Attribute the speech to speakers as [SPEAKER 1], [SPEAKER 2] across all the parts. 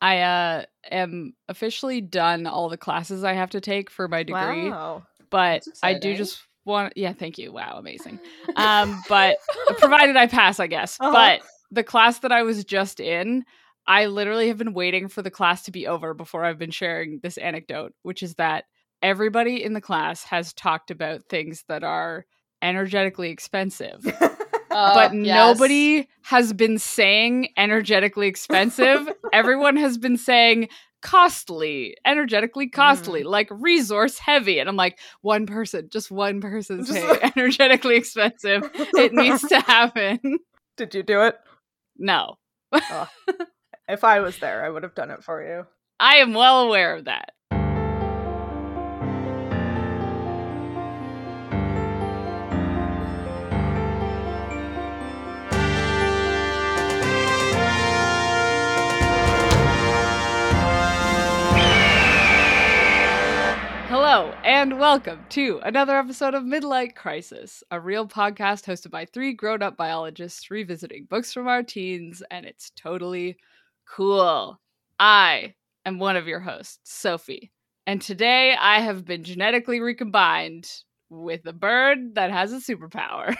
[SPEAKER 1] I uh, am officially done all the classes I have to take for my degree,
[SPEAKER 2] Wow.
[SPEAKER 1] but
[SPEAKER 2] that's
[SPEAKER 1] I do
[SPEAKER 2] exciting.
[SPEAKER 1] just want. Yeah, thank you. Wow, amazing. Um, but provided I pass, I guess.
[SPEAKER 2] Uh-huh.
[SPEAKER 1] But the class that I was just in, I literally have been waiting for the class to be over before I've been sharing this anecdote, which is that everybody in the class has talked about things that are energetically expensive
[SPEAKER 3] Oh,
[SPEAKER 1] but
[SPEAKER 3] yes.
[SPEAKER 1] nobody has been saying energetically expensive. Everyone has been saying costly, energetically costly,
[SPEAKER 3] Mm.
[SPEAKER 1] like resource heavy. And I'm like, one person, just one person
[SPEAKER 2] Just
[SPEAKER 1] say
[SPEAKER 2] like-
[SPEAKER 1] energetically expensive. It needs to happen.
[SPEAKER 2] Did you do it?
[SPEAKER 1] No,
[SPEAKER 2] If I was there, I would have done it for you.
[SPEAKER 1] I am well aware of that. Hello, and welcome to another episode of Midlight Crisis, a real podcast hosted by three grown up biologists revisiting books from our teens, and it's totally cool. I am one of your hosts, Sophie, and today I have been genetically recombined with a bird that has a superpower,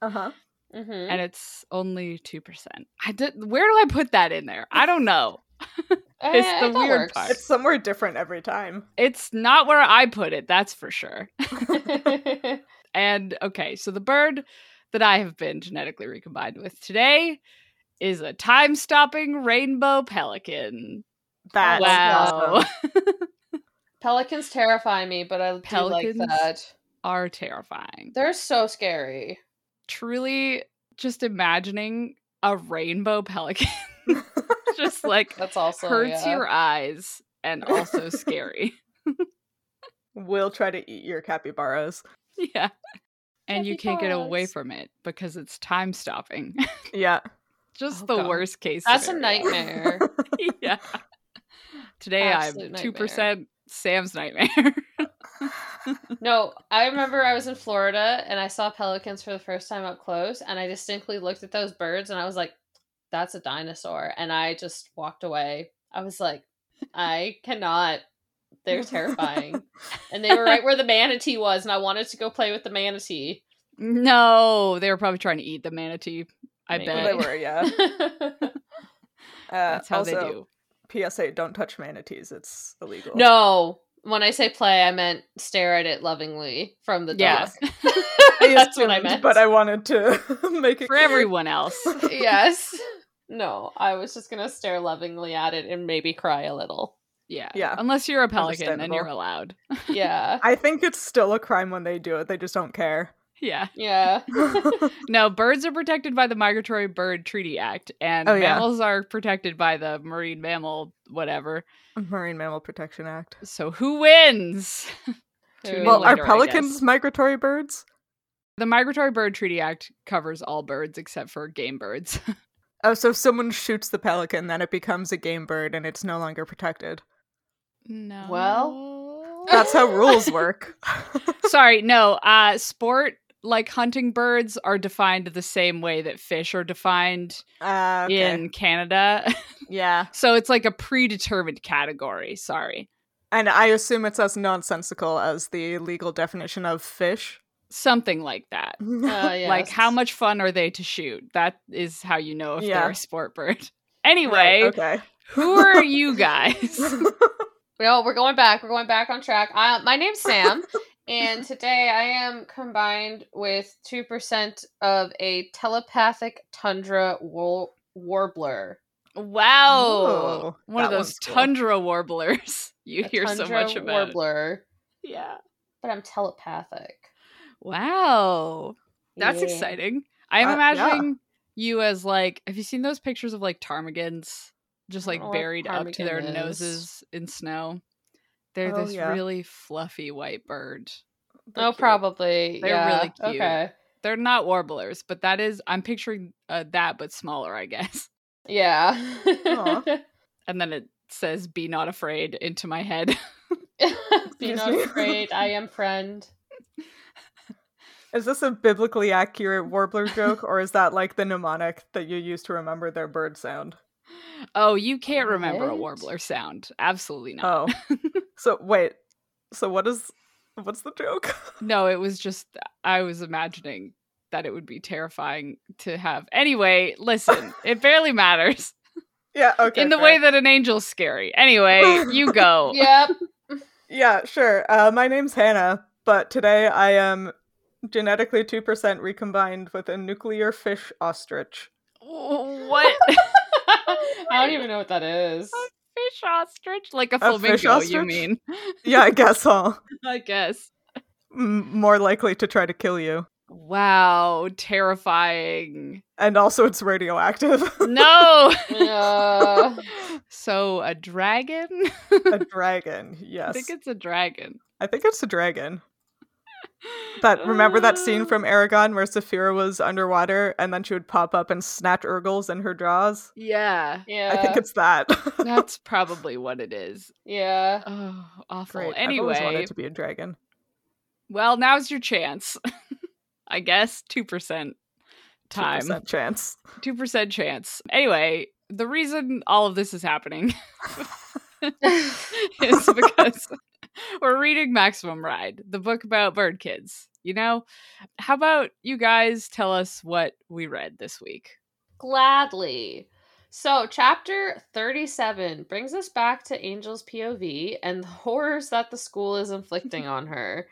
[SPEAKER 2] Uh huh.
[SPEAKER 3] Mhm.
[SPEAKER 1] and it's only 2%. I did, where do I put that in there? I don't know. it's
[SPEAKER 3] Eh,
[SPEAKER 1] the
[SPEAKER 3] that
[SPEAKER 1] weird
[SPEAKER 3] works.
[SPEAKER 1] part.
[SPEAKER 2] It's somewhere different every time.
[SPEAKER 1] It's not where I put it, that's for sure. And okay, so the bird that I have been genetically recombined with today is a time stopping rainbow pelican.
[SPEAKER 2] That's
[SPEAKER 1] wow.
[SPEAKER 2] awesome.
[SPEAKER 3] Pelicans terrify me, but I do
[SPEAKER 1] Pelicans?
[SPEAKER 3] like that.
[SPEAKER 1] Are terrifying.
[SPEAKER 3] They're so scary.
[SPEAKER 1] Truly just imagining a rainbow pelican just like
[SPEAKER 3] That's also
[SPEAKER 1] hurts
[SPEAKER 3] yeah.
[SPEAKER 1] your eyes and also scary.
[SPEAKER 2] We'll try to eat your capybaras.
[SPEAKER 1] yeah. And you can't get away
[SPEAKER 3] Capybaras.
[SPEAKER 1] from it because it's time stopping.
[SPEAKER 2] Yeah.
[SPEAKER 1] just
[SPEAKER 3] Oh,
[SPEAKER 1] the
[SPEAKER 3] God.
[SPEAKER 1] worst case.
[SPEAKER 3] That's a
[SPEAKER 1] scenario.
[SPEAKER 3] nightmare.
[SPEAKER 1] yeah. Today
[SPEAKER 3] Absolute
[SPEAKER 1] I'm
[SPEAKER 3] nightmare.
[SPEAKER 1] 2% Sam's nightmare.
[SPEAKER 3] No, I remember I was in Florida and I saw pelicans for the first time up close, and I distinctly looked at those birds and I was like, that's a dinosaur. And I just walked away. I was like, I cannot. They're terrifying. and they were right where the manatee was, and I wanted to go play with the manatee.
[SPEAKER 1] No, they were probably trying to eat the manatee. I
[SPEAKER 3] Maybe.
[SPEAKER 2] Well,
[SPEAKER 1] bet.
[SPEAKER 2] they were, yeah. Uh,
[SPEAKER 1] That's how
[SPEAKER 2] also,
[SPEAKER 1] they do.
[SPEAKER 2] PSA: Don't touch manatees. It's illegal.
[SPEAKER 3] no. When I say play, I meant stare at it lovingly from the
[SPEAKER 1] Yeah.
[SPEAKER 3] dog. That's what I
[SPEAKER 2] assumed,
[SPEAKER 3] meant.
[SPEAKER 2] But I wanted to make it
[SPEAKER 1] For everyone else.
[SPEAKER 3] yes. No, I was just gonna stare lovingly at it and maybe cry a little.
[SPEAKER 1] Yeah.
[SPEAKER 2] Yeah.
[SPEAKER 1] Unless you're a pelican, then you're
[SPEAKER 2] Understandable.
[SPEAKER 1] allowed.
[SPEAKER 3] Yeah.
[SPEAKER 2] I think it's still a crime when they do it. They just don't care.
[SPEAKER 1] Yeah.
[SPEAKER 3] Yeah.
[SPEAKER 1] No, birds are protected by the Migratory Bird Treaty Act, and
[SPEAKER 2] Oh, yeah.
[SPEAKER 1] mammals are protected by the Marine Mammal whatever.
[SPEAKER 2] Marine Mammal Protection Act.
[SPEAKER 1] So who wins? Tune in
[SPEAKER 3] Well,
[SPEAKER 2] Well,
[SPEAKER 3] are
[SPEAKER 2] are
[SPEAKER 1] later, I
[SPEAKER 2] pelicans
[SPEAKER 1] guess.
[SPEAKER 2] migratory birds?
[SPEAKER 1] The Migratory Bird Treaty Act covers all birds except for game birds.
[SPEAKER 2] Oh, so if someone shoots the pelican, then it becomes a game bird and it's no longer protected.
[SPEAKER 1] no.
[SPEAKER 2] That's how rules work.
[SPEAKER 1] Sorry, no. Uh sport like hunting birds are defined the same way that fish are defined
[SPEAKER 2] Uh, okay.
[SPEAKER 1] in Canada.
[SPEAKER 2] Yeah.
[SPEAKER 1] so it's like a predetermined category. Sorry.
[SPEAKER 2] And I assume it's as nonsensical as the legal definition of fish.
[SPEAKER 1] Something like that.
[SPEAKER 3] Uh,
[SPEAKER 1] Like how
[SPEAKER 3] yes.
[SPEAKER 1] much fun are they to shoot? That is how you know if
[SPEAKER 2] Yeah.
[SPEAKER 1] they're a sport bird.
[SPEAKER 2] Right,
[SPEAKER 1] Anyway,
[SPEAKER 2] okay.
[SPEAKER 1] who are you guys?
[SPEAKER 3] No, we're going back. We're going back on track. Uh, my name's Sam, and today I am combined with two percent of a telepathic tundra war- warbler.
[SPEAKER 1] wow.
[SPEAKER 2] Ooh,
[SPEAKER 1] One of
[SPEAKER 2] that
[SPEAKER 1] those
[SPEAKER 2] one's cool.
[SPEAKER 1] tundra warblers you
[SPEAKER 3] A
[SPEAKER 1] hear so
[SPEAKER 3] tundra
[SPEAKER 1] much about.
[SPEAKER 3] warbler,
[SPEAKER 1] Yeah.
[SPEAKER 3] but I'm telepathic.
[SPEAKER 1] Wow. That's
[SPEAKER 3] Yeah.
[SPEAKER 1] exciting. I'm
[SPEAKER 2] Uh, yeah.
[SPEAKER 1] imagining you as like, have you seen those pictures of like ptarmigans just
[SPEAKER 3] I
[SPEAKER 1] like
[SPEAKER 2] Oh,
[SPEAKER 3] don't know what
[SPEAKER 1] buried up to their
[SPEAKER 3] ptarmigan is.
[SPEAKER 1] noses in snow? They're
[SPEAKER 2] Oh,
[SPEAKER 1] this
[SPEAKER 2] yeah.
[SPEAKER 1] really fluffy white bird.
[SPEAKER 3] Oh, probably.
[SPEAKER 1] They're
[SPEAKER 3] yeah.
[SPEAKER 1] really cute.
[SPEAKER 3] Okay.
[SPEAKER 1] They're not warblers, but that is, I'm picturing uh, that, but smaller, I guess.
[SPEAKER 3] Yeah.
[SPEAKER 2] Aw.
[SPEAKER 1] And then it says, be not afraid into my head.
[SPEAKER 3] Be
[SPEAKER 2] Excuse
[SPEAKER 3] not
[SPEAKER 2] me.
[SPEAKER 3] afraid. I am friend.
[SPEAKER 2] Is this a biblically accurate warbler joke, or is that like the mnemonic that you use to remember their bird sound?
[SPEAKER 1] Oh, you can't remember a
[SPEAKER 3] What?
[SPEAKER 1] warbler sound. Absolutely not.
[SPEAKER 2] Oh. so wait. So what is what's the joke?
[SPEAKER 1] No, it was just I was imagining that it would be terrifying to have. Anyway, listen, it barely matters
[SPEAKER 2] yeah, okay.
[SPEAKER 1] in the
[SPEAKER 2] fair.
[SPEAKER 1] way that an angel's scary. Anyway, you go.
[SPEAKER 3] Yep.
[SPEAKER 2] Yeah, sure. Uh, my name's Hannah, but today I am genetically 2% recombined with a nuclear fish ostrich.
[SPEAKER 1] What
[SPEAKER 3] I don't even know what that is.
[SPEAKER 1] fish ostrich? Like a
[SPEAKER 2] A
[SPEAKER 1] flamingo?
[SPEAKER 2] fish
[SPEAKER 1] You
[SPEAKER 2] ostrich?
[SPEAKER 1] mean?
[SPEAKER 2] Yeah, I guess so.
[SPEAKER 1] I guess.
[SPEAKER 2] M- more likely to try to kill you.
[SPEAKER 1] Wow, terrifying.
[SPEAKER 2] And also, it's radioactive.
[SPEAKER 1] No.
[SPEAKER 3] Uh,
[SPEAKER 1] so a dragon?
[SPEAKER 2] a dragon,
[SPEAKER 1] I
[SPEAKER 2] yes.
[SPEAKER 1] think it's a dragon.
[SPEAKER 2] a dragon. That remember that scene
[SPEAKER 1] Uh,
[SPEAKER 2] from Aragon where Saphira was underwater and then she would pop up and snatch Urgles in her jaws?
[SPEAKER 1] Yeah.
[SPEAKER 3] yeah.
[SPEAKER 2] I think it's that.
[SPEAKER 1] That's probably what it is.
[SPEAKER 3] yeah.
[SPEAKER 1] Oh, awful.
[SPEAKER 2] Great. I've always
[SPEAKER 1] Anyway,
[SPEAKER 2] wanted to be a dragon.
[SPEAKER 1] well, now's your chance. I guess 2% time. 2%.
[SPEAKER 2] 2% chance.
[SPEAKER 1] chance. Anyway, the reason all of this is happening is because we're reading Maximum Ride, the book about bird kids. You know, how about you guys tell us what we read this week?
[SPEAKER 3] Gladly. So, chapter 37 brings us back to Angel's POV and the horrors that the school is inflicting on her.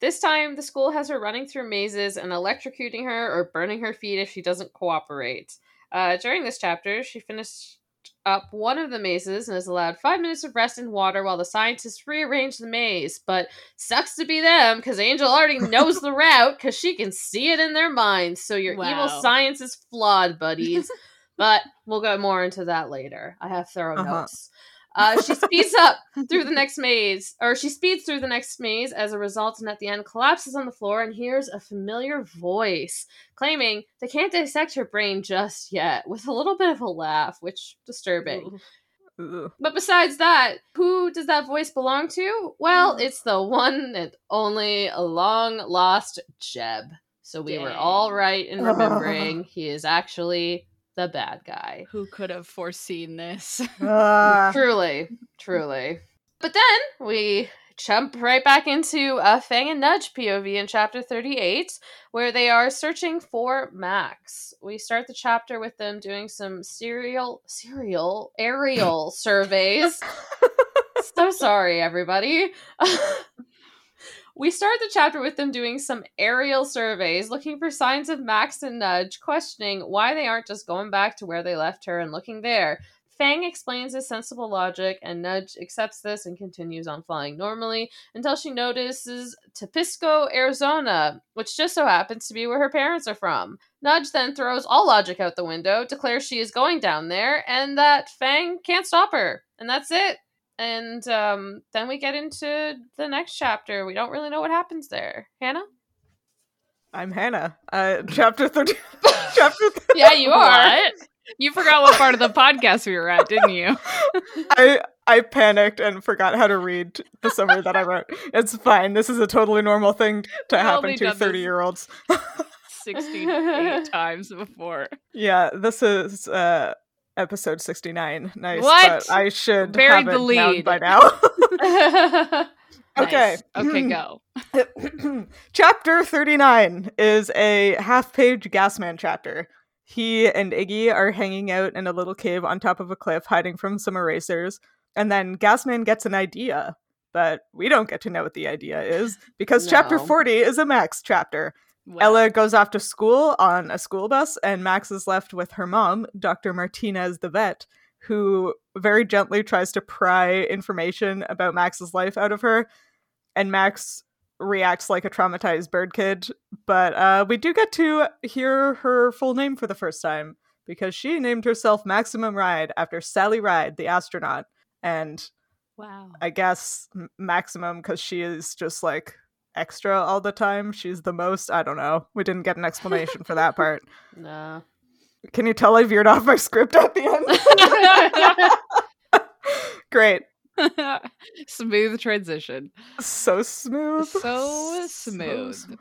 [SPEAKER 3] This time, the school has her running through mazes and electrocuting her or burning her feet if she doesn't cooperate. Uh, during this chapter, she finished up one of the mazes and is allowed five minutes of rest and water while the scientists rearrange the maze. But sucks to be them because Angel already knows the route because she can see it in their minds. So your evil
[SPEAKER 1] Wow.
[SPEAKER 3] science is flawed, buddies. but we'll go more into that later. I have thorough
[SPEAKER 2] Uh-huh.
[SPEAKER 3] notes. Uh, she speeds up through the next maze, or she speeds through the next maze as a result, and at the end collapses on the floor and hears a familiar voice claiming they can't dissect her brain just yet, with a little bit of a laugh, which disturbing.
[SPEAKER 2] Ugh.
[SPEAKER 3] But besides that, who does that voice belong to? Well,
[SPEAKER 2] Hmm.
[SPEAKER 3] it's the one and only long lost Jeb. So we were
[SPEAKER 1] Dang.
[SPEAKER 3] all right in remembering he is actually the bad guy.
[SPEAKER 1] Who could have foreseen this?
[SPEAKER 2] Ah.
[SPEAKER 3] Truly, truly. But then we jump right back into uh, Fang and Nudge POV in chapter 38, where they are searching for Max. We start the chapter with them doing some serial, serial, aerial surveys. so sorry, everybody. we start the chapter with them doing some aerial surveys, looking for signs of Max and Nudge, questioning why they aren't just going back to where they left her and looking there. Fang explains his sensible logic, and Nudge accepts this and continues on flying normally until she notices Tepisco, Arizona, which just so happens to be where her parents are from. Nudge then throws all logic out the window, declares she is going down there, and that Fang can't stop her. And that's it. And um, then we get into the next chapter. We don't really know what happens there. Hannah?
[SPEAKER 2] I'm Hannah. Uh, chapter 30. chapter 30.
[SPEAKER 3] Yeah, you are.
[SPEAKER 1] What? You forgot what part of the podcast we were at, didn't you?
[SPEAKER 2] I, I panicked and forgot how to read the summary that I wrote. It's fine. This is a totally normal thing to
[SPEAKER 1] We've
[SPEAKER 2] happen
[SPEAKER 1] only
[SPEAKER 2] to
[SPEAKER 1] done this.
[SPEAKER 2] 30 year olds.
[SPEAKER 1] 68 times before.
[SPEAKER 2] Yeah, this is uh, episode 69. Nice.
[SPEAKER 1] What?
[SPEAKER 2] but I should
[SPEAKER 1] Buried
[SPEAKER 2] have
[SPEAKER 1] the
[SPEAKER 2] it down
[SPEAKER 1] lead.
[SPEAKER 2] by now.
[SPEAKER 1] Nice.
[SPEAKER 2] Okay.
[SPEAKER 1] Okay, go.
[SPEAKER 2] chapter 39 is a half page Gasman chapter. He and Iggy are hanging out in a little cave on top of a cliff, hiding from some erasers. And then Gasman gets an idea, but we don't get to know what the idea is because chapter
[SPEAKER 3] No.
[SPEAKER 2] 40 is a Max chapter.
[SPEAKER 1] Wow.
[SPEAKER 2] Ella goes off to school on a school bus, and Max is left with her mom, Dr. Martinez, the vet, who very gently tries to pry information about Max's life out of her. And Max reacts like a traumatized bird kid. But uh, we do get to hear her full name for the first time because she named herself Maximum Ride after Sally Ride, the astronaut. And
[SPEAKER 1] Wow.
[SPEAKER 2] I guess m- maximum because she is just like extra all the time. She's the most. I don't know. We didn't get an explanation for that part.
[SPEAKER 3] no.
[SPEAKER 2] Can you tell I veered off my script at the end? Great.
[SPEAKER 1] smooth transition.
[SPEAKER 2] So smooth.
[SPEAKER 1] So smooth.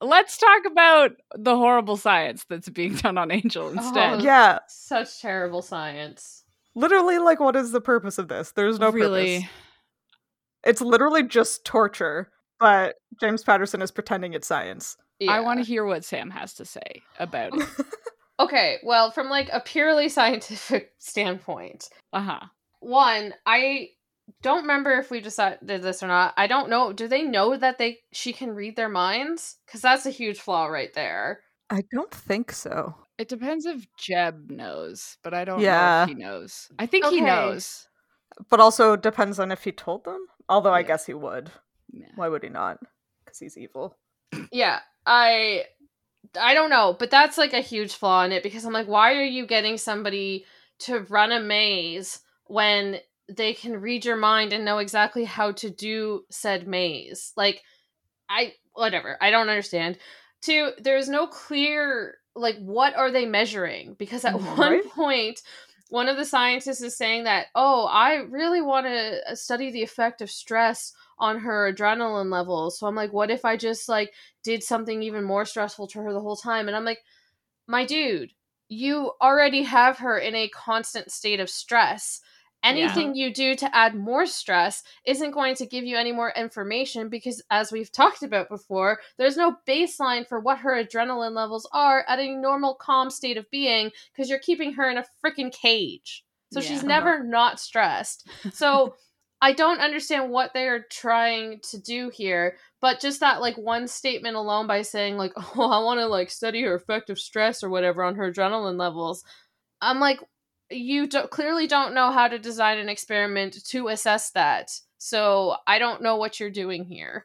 [SPEAKER 1] Let's talk about the horrible science that's being done on Angel instead.
[SPEAKER 3] Oh.
[SPEAKER 2] Yeah.
[SPEAKER 3] Such terrible science.
[SPEAKER 2] Literally, like, what is the purpose of this? There's no
[SPEAKER 1] really.
[SPEAKER 2] purpose. It's literally just torture, but James Patterson is pretending it's science.
[SPEAKER 1] I want to
[SPEAKER 3] Yeah.
[SPEAKER 1] hear what Sam has to say about it.
[SPEAKER 3] Okay, well, from like a purely scientific standpoint,
[SPEAKER 1] Uh huh.
[SPEAKER 3] one, I don't remember if we decided this or not. I don't know. Do they know that they she can read their minds? Because that's a huge flaw right there.
[SPEAKER 2] I don't think so.
[SPEAKER 1] It depends if Jeb knows, but I don't know
[SPEAKER 2] Yeah.
[SPEAKER 1] if he knows. I think he
[SPEAKER 3] Okay.
[SPEAKER 1] knows.
[SPEAKER 2] But also depends on if he told them. Although I
[SPEAKER 1] Yeah.
[SPEAKER 2] guess he would.
[SPEAKER 1] Yeah.
[SPEAKER 2] Why would he not? Because he's evil.
[SPEAKER 3] Yeah, I I don't know, but that's like a huge flaw in it because I'm like, why are you getting somebody to run a maze when they can read your mind and know exactly how to do said maze? Like, I whatever, I don't understand. Two, there's no clear like what are they measuring? Because at
[SPEAKER 2] Mhm,
[SPEAKER 3] one
[SPEAKER 2] right?
[SPEAKER 3] point one of the scientists is saying that, oh, I really want to uh, study the effect of stress on her adrenaline levels. So I'm like, what if I just like did something even more stressful to her the whole time. And I'm like, my dude, you already have her in a constant state of stress. Anything you do to add more stress isn't going to give you any more information because, as we've talked about before, there's no baseline for what her adrenaline levels are at a normal, calm state of being because you're keeping her in a freaking cage. So she's
[SPEAKER 1] Yeah.
[SPEAKER 3] never not stressed. So I don't understand what they are trying to do here but just that like one statement alone by saying like oh i want to like study her effect of stress or whatever on her adrenaline levels i'm like you do- clearly don't know how to design an experiment to assess that so i don't know what you're doing here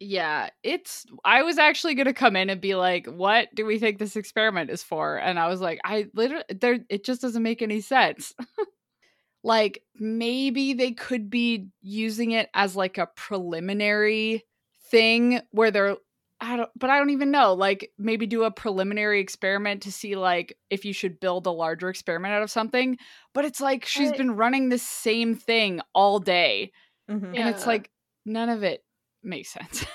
[SPEAKER 1] Yeah, it's. I was actually gonna come in and be like, "What do we think this experiment is for?" And I was like, "I literally, there. It just doesn't make any sense." like maybe they could be using it as like a preliminary thing where they're. I don't, but I don't even know. Like, maybe do a preliminary experiment to see, like, if you should build a larger experiment out of something. But it's like she's
[SPEAKER 3] But-
[SPEAKER 1] been running the same thing all day,
[SPEAKER 2] Mhm.
[SPEAKER 1] and it's
[SPEAKER 3] Yeah.
[SPEAKER 1] like none of it makes sense.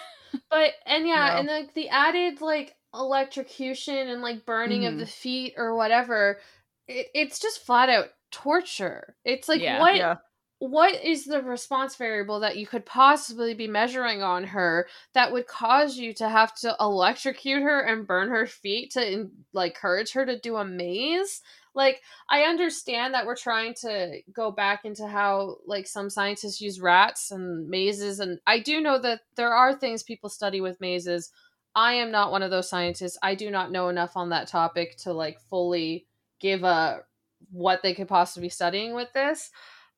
[SPEAKER 3] But and yeah,
[SPEAKER 2] No.
[SPEAKER 3] and like the added like electrocution and like burning
[SPEAKER 1] Mhm.
[SPEAKER 3] of the feet or whatever, it, it's just flat out torture. It's like
[SPEAKER 1] Yeah.
[SPEAKER 3] what
[SPEAKER 2] Yeah.
[SPEAKER 3] what is the response variable that you could possibly be measuring on her that would cause you to have to electrocute her and burn her feet to en- like encourage her to do a maze? Like I understand that we're trying to go back into how like some scientists use rats and mazes and I do know that there are things people study with mazes. I am not one of those scientists. I do not know enough on that topic to like fully give a what they could possibly be studying with this.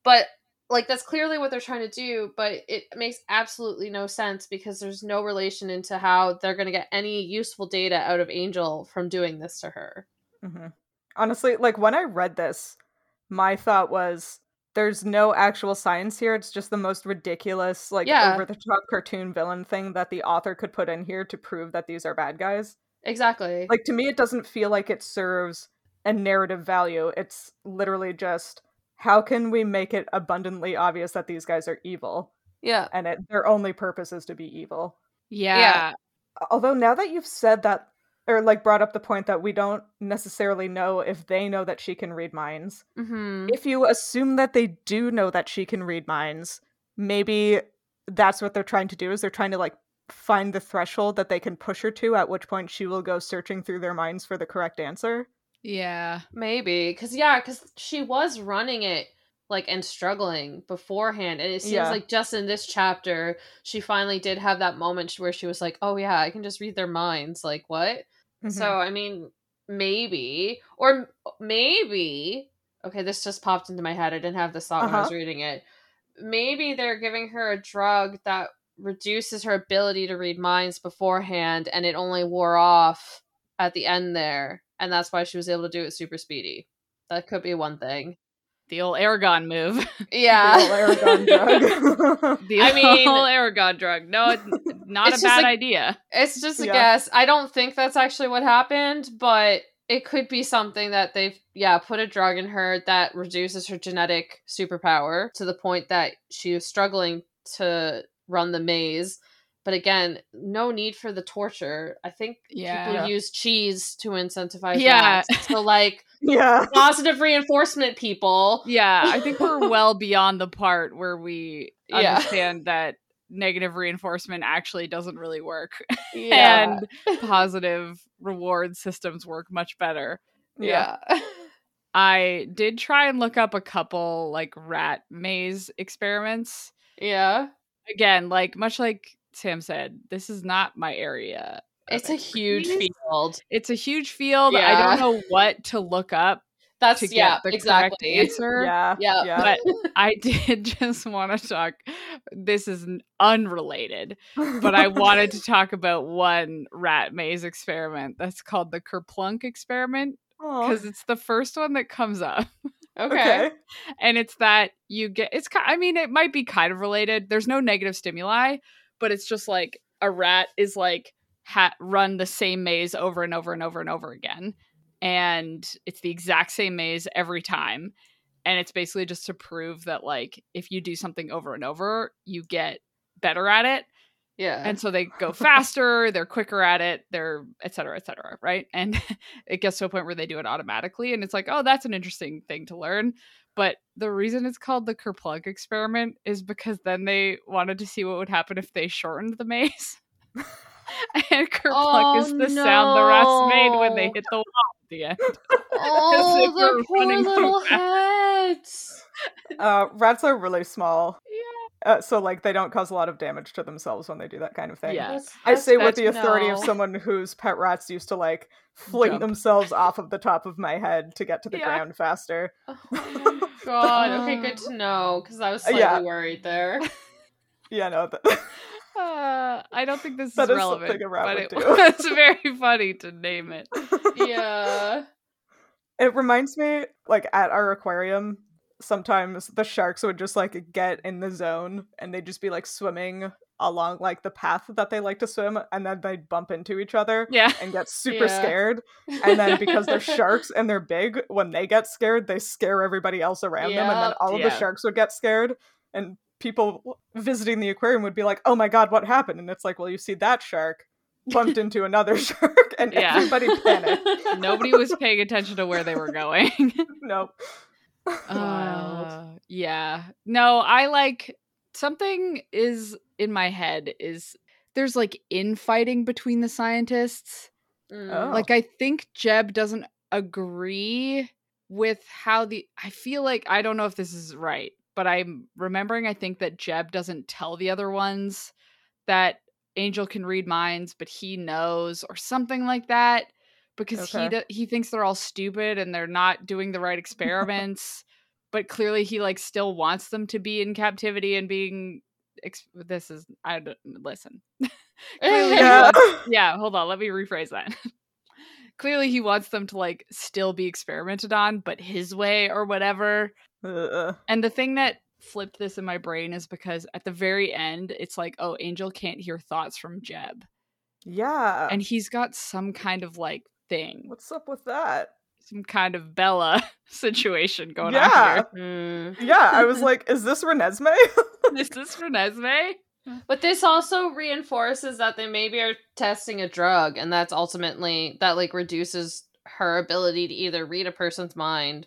[SPEAKER 3] But like that's clearly what they're trying to do, but it makes absolutely no sense because there's no relation into how they're going to get any useful data out of Angel from doing this to her.
[SPEAKER 2] hmm Honestly, like when I read this, my thought was there's no actual science here. It's just the most ridiculous, like
[SPEAKER 3] Yeah.
[SPEAKER 2] over the top cartoon villain thing that the author could put in here to prove that these are bad guys.
[SPEAKER 3] Exactly.
[SPEAKER 2] Like to me, it doesn't feel like it serves a narrative value. It's literally just how can we make it abundantly obvious that these guys are evil
[SPEAKER 3] yeah.
[SPEAKER 2] and it, their only purpose is to be evil.
[SPEAKER 1] Yeah.
[SPEAKER 2] although now that you've said that or like brought up the point that we don't necessarily know if they know that she can read minds
[SPEAKER 3] Mhm.
[SPEAKER 2] if you assume that they do know that she can read minds maybe that's what they're trying to do is they're trying to like find the threshold that they can push her to at which point she will go searching through their minds for the correct answer
[SPEAKER 1] Yeah.
[SPEAKER 3] Maybe because yeah, because she was running it like and struggling beforehand, and it seems
[SPEAKER 2] Yeah.
[SPEAKER 3] like just in this chapter she finally did have that moment where she was like, "Oh yeah, I can just read their minds." Like what? So
[SPEAKER 2] Mm-hmm.
[SPEAKER 3] I mean, maybe or m- maybe okay, this just popped into my head. I didn't have this thought when I was
[SPEAKER 2] Uh-huh.
[SPEAKER 3] reading it. Maybe they're giving her a drug that reduces her ability to read minds beforehand, and it only wore off at the end there, and that's why she was able to do it super speedy. That could be one thing.
[SPEAKER 1] The old Aragon move.
[SPEAKER 3] Yeah.
[SPEAKER 2] The Mm-hmm. old Aragon drug.
[SPEAKER 1] The
[SPEAKER 3] I mean-
[SPEAKER 1] old Aragon drug. No, it's not
[SPEAKER 3] It's
[SPEAKER 1] a
[SPEAKER 3] just
[SPEAKER 1] bad
[SPEAKER 3] like-
[SPEAKER 1] idea.
[SPEAKER 3] It's just a
[SPEAKER 2] Yeah.
[SPEAKER 3] guess. I don't think that's actually what happened, but it could be something that they've yeah put a drug in her that reduces her genetic superpower to the point that she was struggling to run the maze but again no need for the torture i think
[SPEAKER 1] Yeah.
[SPEAKER 3] people use cheese to incentivize
[SPEAKER 1] Yeah.
[SPEAKER 3] yeah so like
[SPEAKER 2] Yeah.
[SPEAKER 3] positive reinforcement people
[SPEAKER 1] Yeah, I think we're well beyond the part where we
[SPEAKER 3] Yeah.
[SPEAKER 1] understand that negative reinforcement actually doesn't really work
[SPEAKER 3] yeah
[SPEAKER 1] and positive reward systems work much better.
[SPEAKER 3] yeah,
[SPEAKER 1] I did try and look up a couple like rat maze experiments.
[SPEAKER 3] yeah.
[SPEAKER 1] Again, like much like Sam said, this is not my area. of
[SPEAKER 3] it's a huge
[SPEAKER 1] expertise.
[SPEAKER 3] field
[SPEAKER 1] It's a huge field. I
[SPEAKER 3] Yeah.
[SPEAKER 1] don't know what to look up
[SPEAKER 3] that's
[SPEAKER 1] to get
[SPEAKER 3] yeah
[SPEAKER 1] the
[SPEAKER 3] exactly
[SPEAKER 1] correct answer.
[SPEAKER 2] Yeah.
[SPEAKER 3] Yeah.
[SPEAKER 2] Yeah.
[SPEAKER 1] I did just want to talk. This is n- unrelated, but I wanted to talk about one rat maze experiment that's called the Kerplunk experiment
[SPEAKER 2] Aw.
[SPEAKER 1] because it's the first one that comes up.
[SPEAKER 3] okay.
[SPEAKER 1] And it's that you get it's, ki- I mean, it might be kind of related. There's no negative stimuli, but it's just like a rat is like ha- run the same maze over and over and over and over again. And it's the exact same maze every time and it's basically just to prove that like if you do something over and over you get better at it
[SPEAKER 3] yeah
[SPEAKER 1] and so they go faster they're quicker at it they're et cetera et cetera right and it gets to a point where they do it automatically and it's like oh that's an interesting thing to learn but the reason it's called the kerplunk experiment is because then they wanted to see what would happen if they shortened the maze and kerplunk
[SPEAKER 3] Oh,
[SPEAKER 1] is the sound the rats made when they
[SPEAKER 3] no.
[SPEAKER 1] hit the wall at the end
[SPEAKER 3] oh
[SPEAKER 1] if we're
[SPEAKER 3] the poor
[SPEAKER 1] running
[SPEAKER 3] little
[SPEAKER 1] around.
[SPEAKER 3] heads
[SPEAKER 2] Uh, rats are really small,
[SPEAKER 1] yeah
[SPEAKER 2] uh, so like they don't cause a lot of damage to themselves when they do that kind of thing.
[SPEAKER 1] Yeah.
[SPEAKER 3] That's-
[SPEAKER 2] I
[SPEAKER 3] that's
[SPEAKER 2] say with
[SPEAKER 3] bad
[SPEAKER 2] the
[SPEAKER 3] to
[SPEAKER 2] authority of
[SPEAKER 3] know.
[SPEAKER 2] someone whose pet rats used to like fling
[SPEAKER 1] Jump.
[SPEAKER 2] themselves off of the top of my head to get to the
[SPEAKER 1] Yeah.
[SPEAKER 2] ground faster.
[SPEAKER 3] Oh my god. Okay, good to know because I was slightly
[SPEAKER 2] Uh, Yeah.
[SPEAKER 3] worried there.
[SPEAKER 2] Yeah, no, th-
[SPEAKER 1] Uh, I don't think this
[SPEAKER 2] That
[SPEAKER 1] is
[SPEAKER 2] is something
[SPEAKER 1] relevant,
[SPEAKER 2] a rat
[SPEAKER 1] but
[SPEAKER 2] would
[SPEAKER 1] it
[SPEAKER 2] do.
[SPEAKER 1] was very funny to name it.
[SPEAKER 3] Yeah.
[SPEAKER 2] it reminds me like at our aquarium. Sometimes the sharks would just like get in the zone and they'd just be like swimming along like the path that they like to swim, and then they'd bump into each other
[SPEAKER 1] Yeah,
[SPEAKER 2] and get super
[SPEAKER 3] Yeah.
[SPEAKER 2] scared. and then because they're sharks and they're big, when they get scared, they scare everybody else around them, and then
[SPEAKER 3] Yep.
[SPEAKER 2] all of
[SPEAKER 1] Yeah.
[SPEAKER 2] the sharks would get scared, and people visiting the aquarium would be like, "Oh my god, what happened?" And it's like, "Well, you see that shark bumped into another shark, and
[SPEAKER 1] Yeah.
[SPEAKER 2] everybody panicked."
[SPEAKER 1] nobody was paying attention to where they were going.
[SPEAKER 2] No,
[SPEAKER 1] Uh, yeah. No, I like something is in my head is there's like infighting between the scientists.
[SPEAKER 3] Mm.
[SPEAKER 2] Oh.
[SPEAKER 1] Like I think Jeb doesn't agree with how the I feel like I don't know if this is right, but I'm remembering I think that Jeb doesn't tell the other ones that Angel can read minds, but he knows or something like that because he
[SPEAKER 2] Okay.
[SPEAKER 1] do- he thinks they're all stupid and they're not doing the right experiments, but clearly he like still wants them to be in captivity and being ex- this is I don't listen clearly he
[SPEAKER 2] yeah,
[SPEAKER 1] wants- yeah hold on let me rephrase that clearly he wants them to like still be experimented on but his way or whatever
[SPEAKER 2] Uh,
[SPEAKER 1] and the thing that flipped this in my brain is because at the very end it's like oh angel can't hear thoughts from jeb
[SPEAKER 2] yeah.
[SPEAKER 1] and he's got some kind of like thing
[SPEAKER 2] What's up with that?
[SPEAKER 1] some kind of bella situation going on
[SPEAKER 2] yeah,
[SPEAKER 1] here
[SPEAKER 3] Mm.
[SPEAKER 2] yeah. I was like, "Is this Renesmee?"
[SPEAKER 1] this is renesmee
[SPEAKER 3] But this also reinforces that they maybe are testing a drug, and that's ultimately that like reduces her ability to either read a person's mind,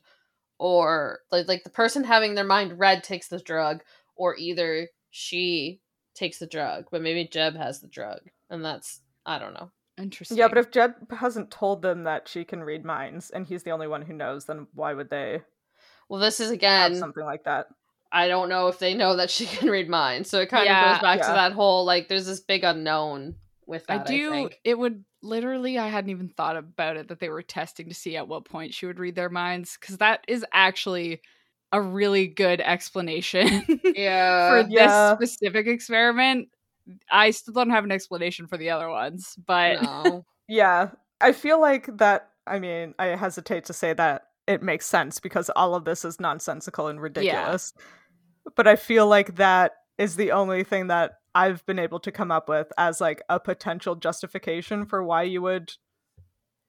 [SPEAKER 3] or like like the person having their mind read takes the drug, or either she takes the drug, but maybe Jeb has the drug, and that's I don't know.
[SPEAKER 1] interesting
[SPEAKER 2] yeah, but if Jed hasn't told them that she can read minds, and he's the only one who knows, then why would they
[SPEAKER 3] Well, this is
[SPEAKER 2] have
[SPEAKER 3] again
[SPEAKER 2] something like that?
[SPEAKER 3] I don't know if they know that she can read minds. So it kind
[SPEAKER 1] Yeah,
[SPEAKER 3] of goes back
[SPEAKER 2] yeah.
[SPEAKER 3] to that whole like there's this big unknown with
[SPEAKER 1] I
[SPEAKER 3] that. I
[SPEAKER 1] do.
[SPEAKER 3] think.
[SPEAKER 1] it would literally. I hadn't even thought about it that they were testing to see at what point she would read their minds because that is actually a really good explanation for
[SPEAKER 3] Yeah.
[SPEAKER 2] Yeah.
[SPEAKER 1] this specific experiment. I still don't have an explanation for the other ones, but
[SPEAKER 3] no.
[SPEAKER 2] Yeah, I feel like that. I mean, I hesitate to say that it makes sense because all of this is nonsensical and ridiculous. But I feel like that is the only thing that I've been able to come up with as like a potential justification for why you would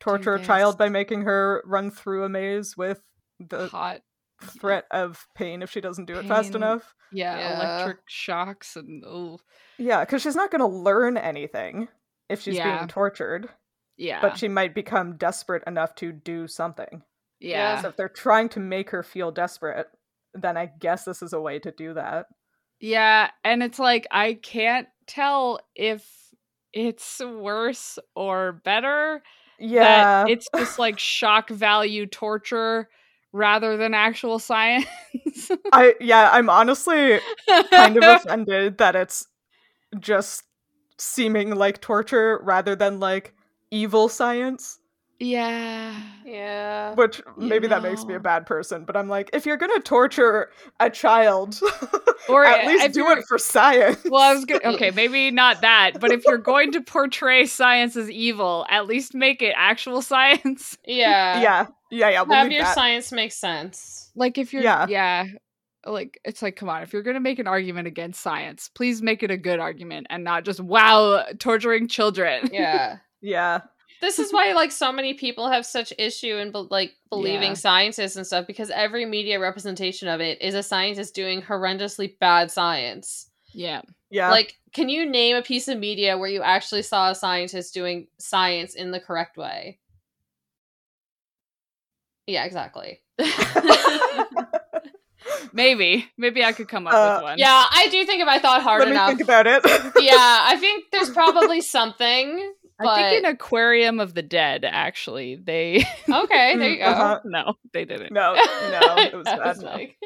[SPEAKER 2] torture a
[SPEAKER 1] days.
[SPEAKER 2] child by making her run through a maze with the
[SPEAKER 1] Hot,
[SPEAKER 2] threat of pain if she doesn't do it fast
[SPEAKER 1] Pain.
[SPEAKER 2] enough.
[SPEAKER 1] yeah,
[SPEAKER 3] Yeah.
[SPEAKER 1] electric shocks and oh,
[SPEAKER 2] Yeah, because she's not going to learn anything if she's
[SPEAKER 1] Yeah.
[SPEAKER 2] being tortured,
[SPEAKER 1] yeah,
[SPEAKER 2] but she might become desperate enough to do something.
[SPEAKER 1] yeah,
[SPEAKER 2] So if they're trying to make her feel desperate, then I guess this is a way to do that.
[SPEAKER 1] yeah. And it's like I can't tell if it's worse or better.
[SPEAKER 2] Yeah.
[SPEAKER 1] that it's just like shock value torture rather than actual science.
[SPEAKER 2] I yeah, I'm honestly kind of offended that it's just seeming like torture rather than like evil science,
[SPEAKER 1] yeah.
[SPEAKER 3] Yeah.
[SPEAKER 2] which maybe that makes me a
[SPEAKER 1] know.
[SPEAKER 2] bad person, but I'm like if you're going to torture a child,
[SPEAKER 1] Or
[SPEAKER 2] at least
[SPEAKER 1] if
[SPEAKER 2] do
[SPEAKER 1] you're-
[SPEAKER 2] it for science.
[SPEAKER 1] Well, I was good. Okay, maybe not that, but if you're going to portray science as evil, at least make it actual science.
[SPEAKER 3] Yeah.
[SPEAKER 2] yeah. Yeah, yeah, we'll
[SPEAKER 3] Have
[SPEAKER 2] leave
[SPEAKER 3] your
[SPEAKER 2] that.
[SPEAKER 3] science make sense.
[SPEAKER 1] Like if you're yeah.
[SPEAKER 2] Yeah.
[SPEAKER 1] Like it's like come on, if you're going to make an argument against science, please make it a good argument and not just wow, torturing children.
[SPEAKER 3] Yeah.
[SPEAKER 2] Yeah.
[SPEAKER 3] this is why like so many people have such issue in be- like believing
[SPEAKER 1] Yeah.
[SPEAKER 3] scientists and stuff because every media representation of it is a scientist doing horrendously bad science.
[SPEAKER 1] yeah.
[SPEAKER 2] Yeah.
[SPEAKER 3] Like, can you name a piece of media where you actually saw a scientist doing science in the correct way? Yeah, exactly.
[SPEAKER 1] Maybe. Maybe I could come up
[SPEAKER 2] Uh,
[SPEAKER 1] with one.
[SPEAKER 3] Yeah, I do think if I thought hard
[SPEAKER 2] Let me
[SPEAKER 3] enough.
[SPEAKER 2] think about it.
[SPEAKER 3] yeah, I think there's probably something.
[SPEAKER 1] I think
[SPEAKER 3] but-
[SPEAKER 1] in Aquarium of the Dead, actually, they
[SPEAKER 3] Okay, there you
[SPEAKER 2] Mm,
[SPEAKER 3] go.
[SPEAKER 2] uh-huh.
[SPEAKER 1] no, they didn't.
[SPEAKER 2] No, no, it was
[SPEAKER 3] I
[SPEAKER 2] bad.
[SPEAKER 3] Uh, was like,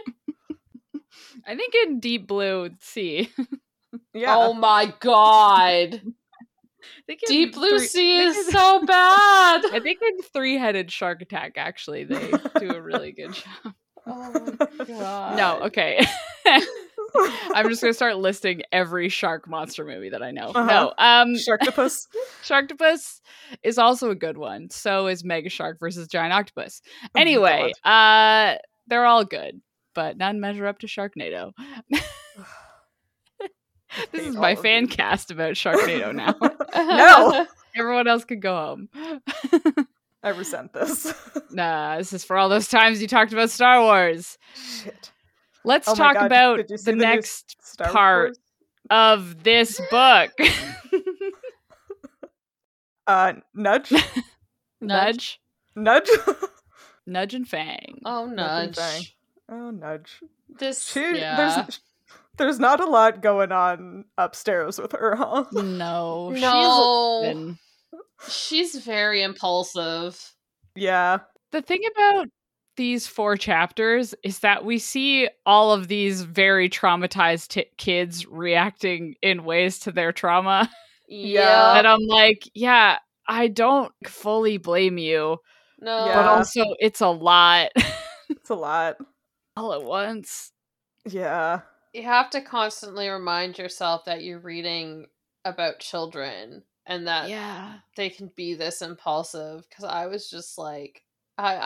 [SPEAKER 1] I think in Deep Blue Sea. I
[SPEAKER 2] yeah.
[SPEAKER 3] Oh my god.
[SPEAKER 1] think in
[SPEAKER 3] Deep Blue
[SPEAKER 1] three-
[SPEAKER 3] Sea
[SPEAKER 1] I think
[SPEAKER 3] is
[SPEAKER 1] in-
[SPEAKER 3] so bad.
[SPEAKER 1] I think in Three Headed Shark Attack, actually, they do a really good job.
[SPEAKER 3] Oh my god.
[SPEAKER 1] No, okay. I'm just gonna start listing every shark monster movie that I know. No,
[SPEAKER 2] Uh-huh.
[SPEAKER 1] um,
[SPEAKER 2] Sharktopus.
[SPEAKER 1] Sharktopus is also a good one. So is Mega Shark versus Giant Octopus.
[SPEAKER 2] Oh,
[SPEAKER 1] Anyway, uh, they're all good, but none measure up to Sharknado. This
[SPEAKER 2] hate
[SPEAKER 1] is
[SPEAKER 2] all
[SPEAKER 1] my
[SPEAKER 2] of
[SPEAKER 1] fan
[SPEAKER 2] you.
[SPEAKER 1] cast about Sharknado now.
[SPEAKER 2] No.
[SPEAKER 1] Everyone else could go home.
[SPEAKER 2] I resent this.
[SPEAKER 1] nah, this is for all those times you talked about Star Wars.
[SPEAKER 2] Shit.
[SPEAKER 1] Let's
[SPEAKER 2] Oh my
[SPEAKER 1] talk
[SPEAKER 2] God,
[SPEAKER 1] about
[SPEAKER 2] did you see
[SPEAKER 1] the
[SPEAKER 2] the new s-
[SPEAKER 1] next
[SPEAKER 2] Star
[SPEAKER 1] Part.
[SPEAKER 2] Wars?
[SPEAKER 1] of this book.
[SPEAKER 2] Uh, nudge,
[SPEAKER 1] Nudge,
[SPEAKER 3] Nudge.
[SPEAKER 2] nudge.
[SPEAKER 1] Nudge and Fang.
[SPEAKER 3] Oh
[SPEAKER 2] Nothing
[SPEAKER 3] nudge.
[SPEAKER 2] saying. oh, nudge.
[SPEAKER 3] This
[SPEAKER 2] She,
[SPEAKER 3] yeah.
[SPEAKER 2] there's, there's not a lot going on upstairs with her, huh?
[SPEAKER 1] No. Oh, she's a
[SPEAKER 3] no.
[SPEAKER 1] woman.
[SPEAKER 3] She's, very impulsive.
[SPEAKER 2] Yeah,
[SPEAKER 1] The thing about these four chapters is that we see all of these very traumatized t- kids reacting in ways to their trauma.
[SPEAKER 2] Yeah.
[SPEAKER 1] and I'm like, yeah, I don't fully blame you,
[SPEAKER 3] No.
[SPEAKER 1] but
[SPEAKER 2] Yeah.
[SPEAKER 1] also it's a lot
[SPEAKER 2] it's a lot.
[SPEAKER 1] all at once.
[SPEAKER 2] Yeah,
[SPEAKER 3] You have to constantly remind yourself that you're reading about children and
[SPEAKER 1] Uh,
[SPEAKER 3] that
[SPEAKER 1] yeah.
[SPEAKER 3] they can be this impulsive because I was just like I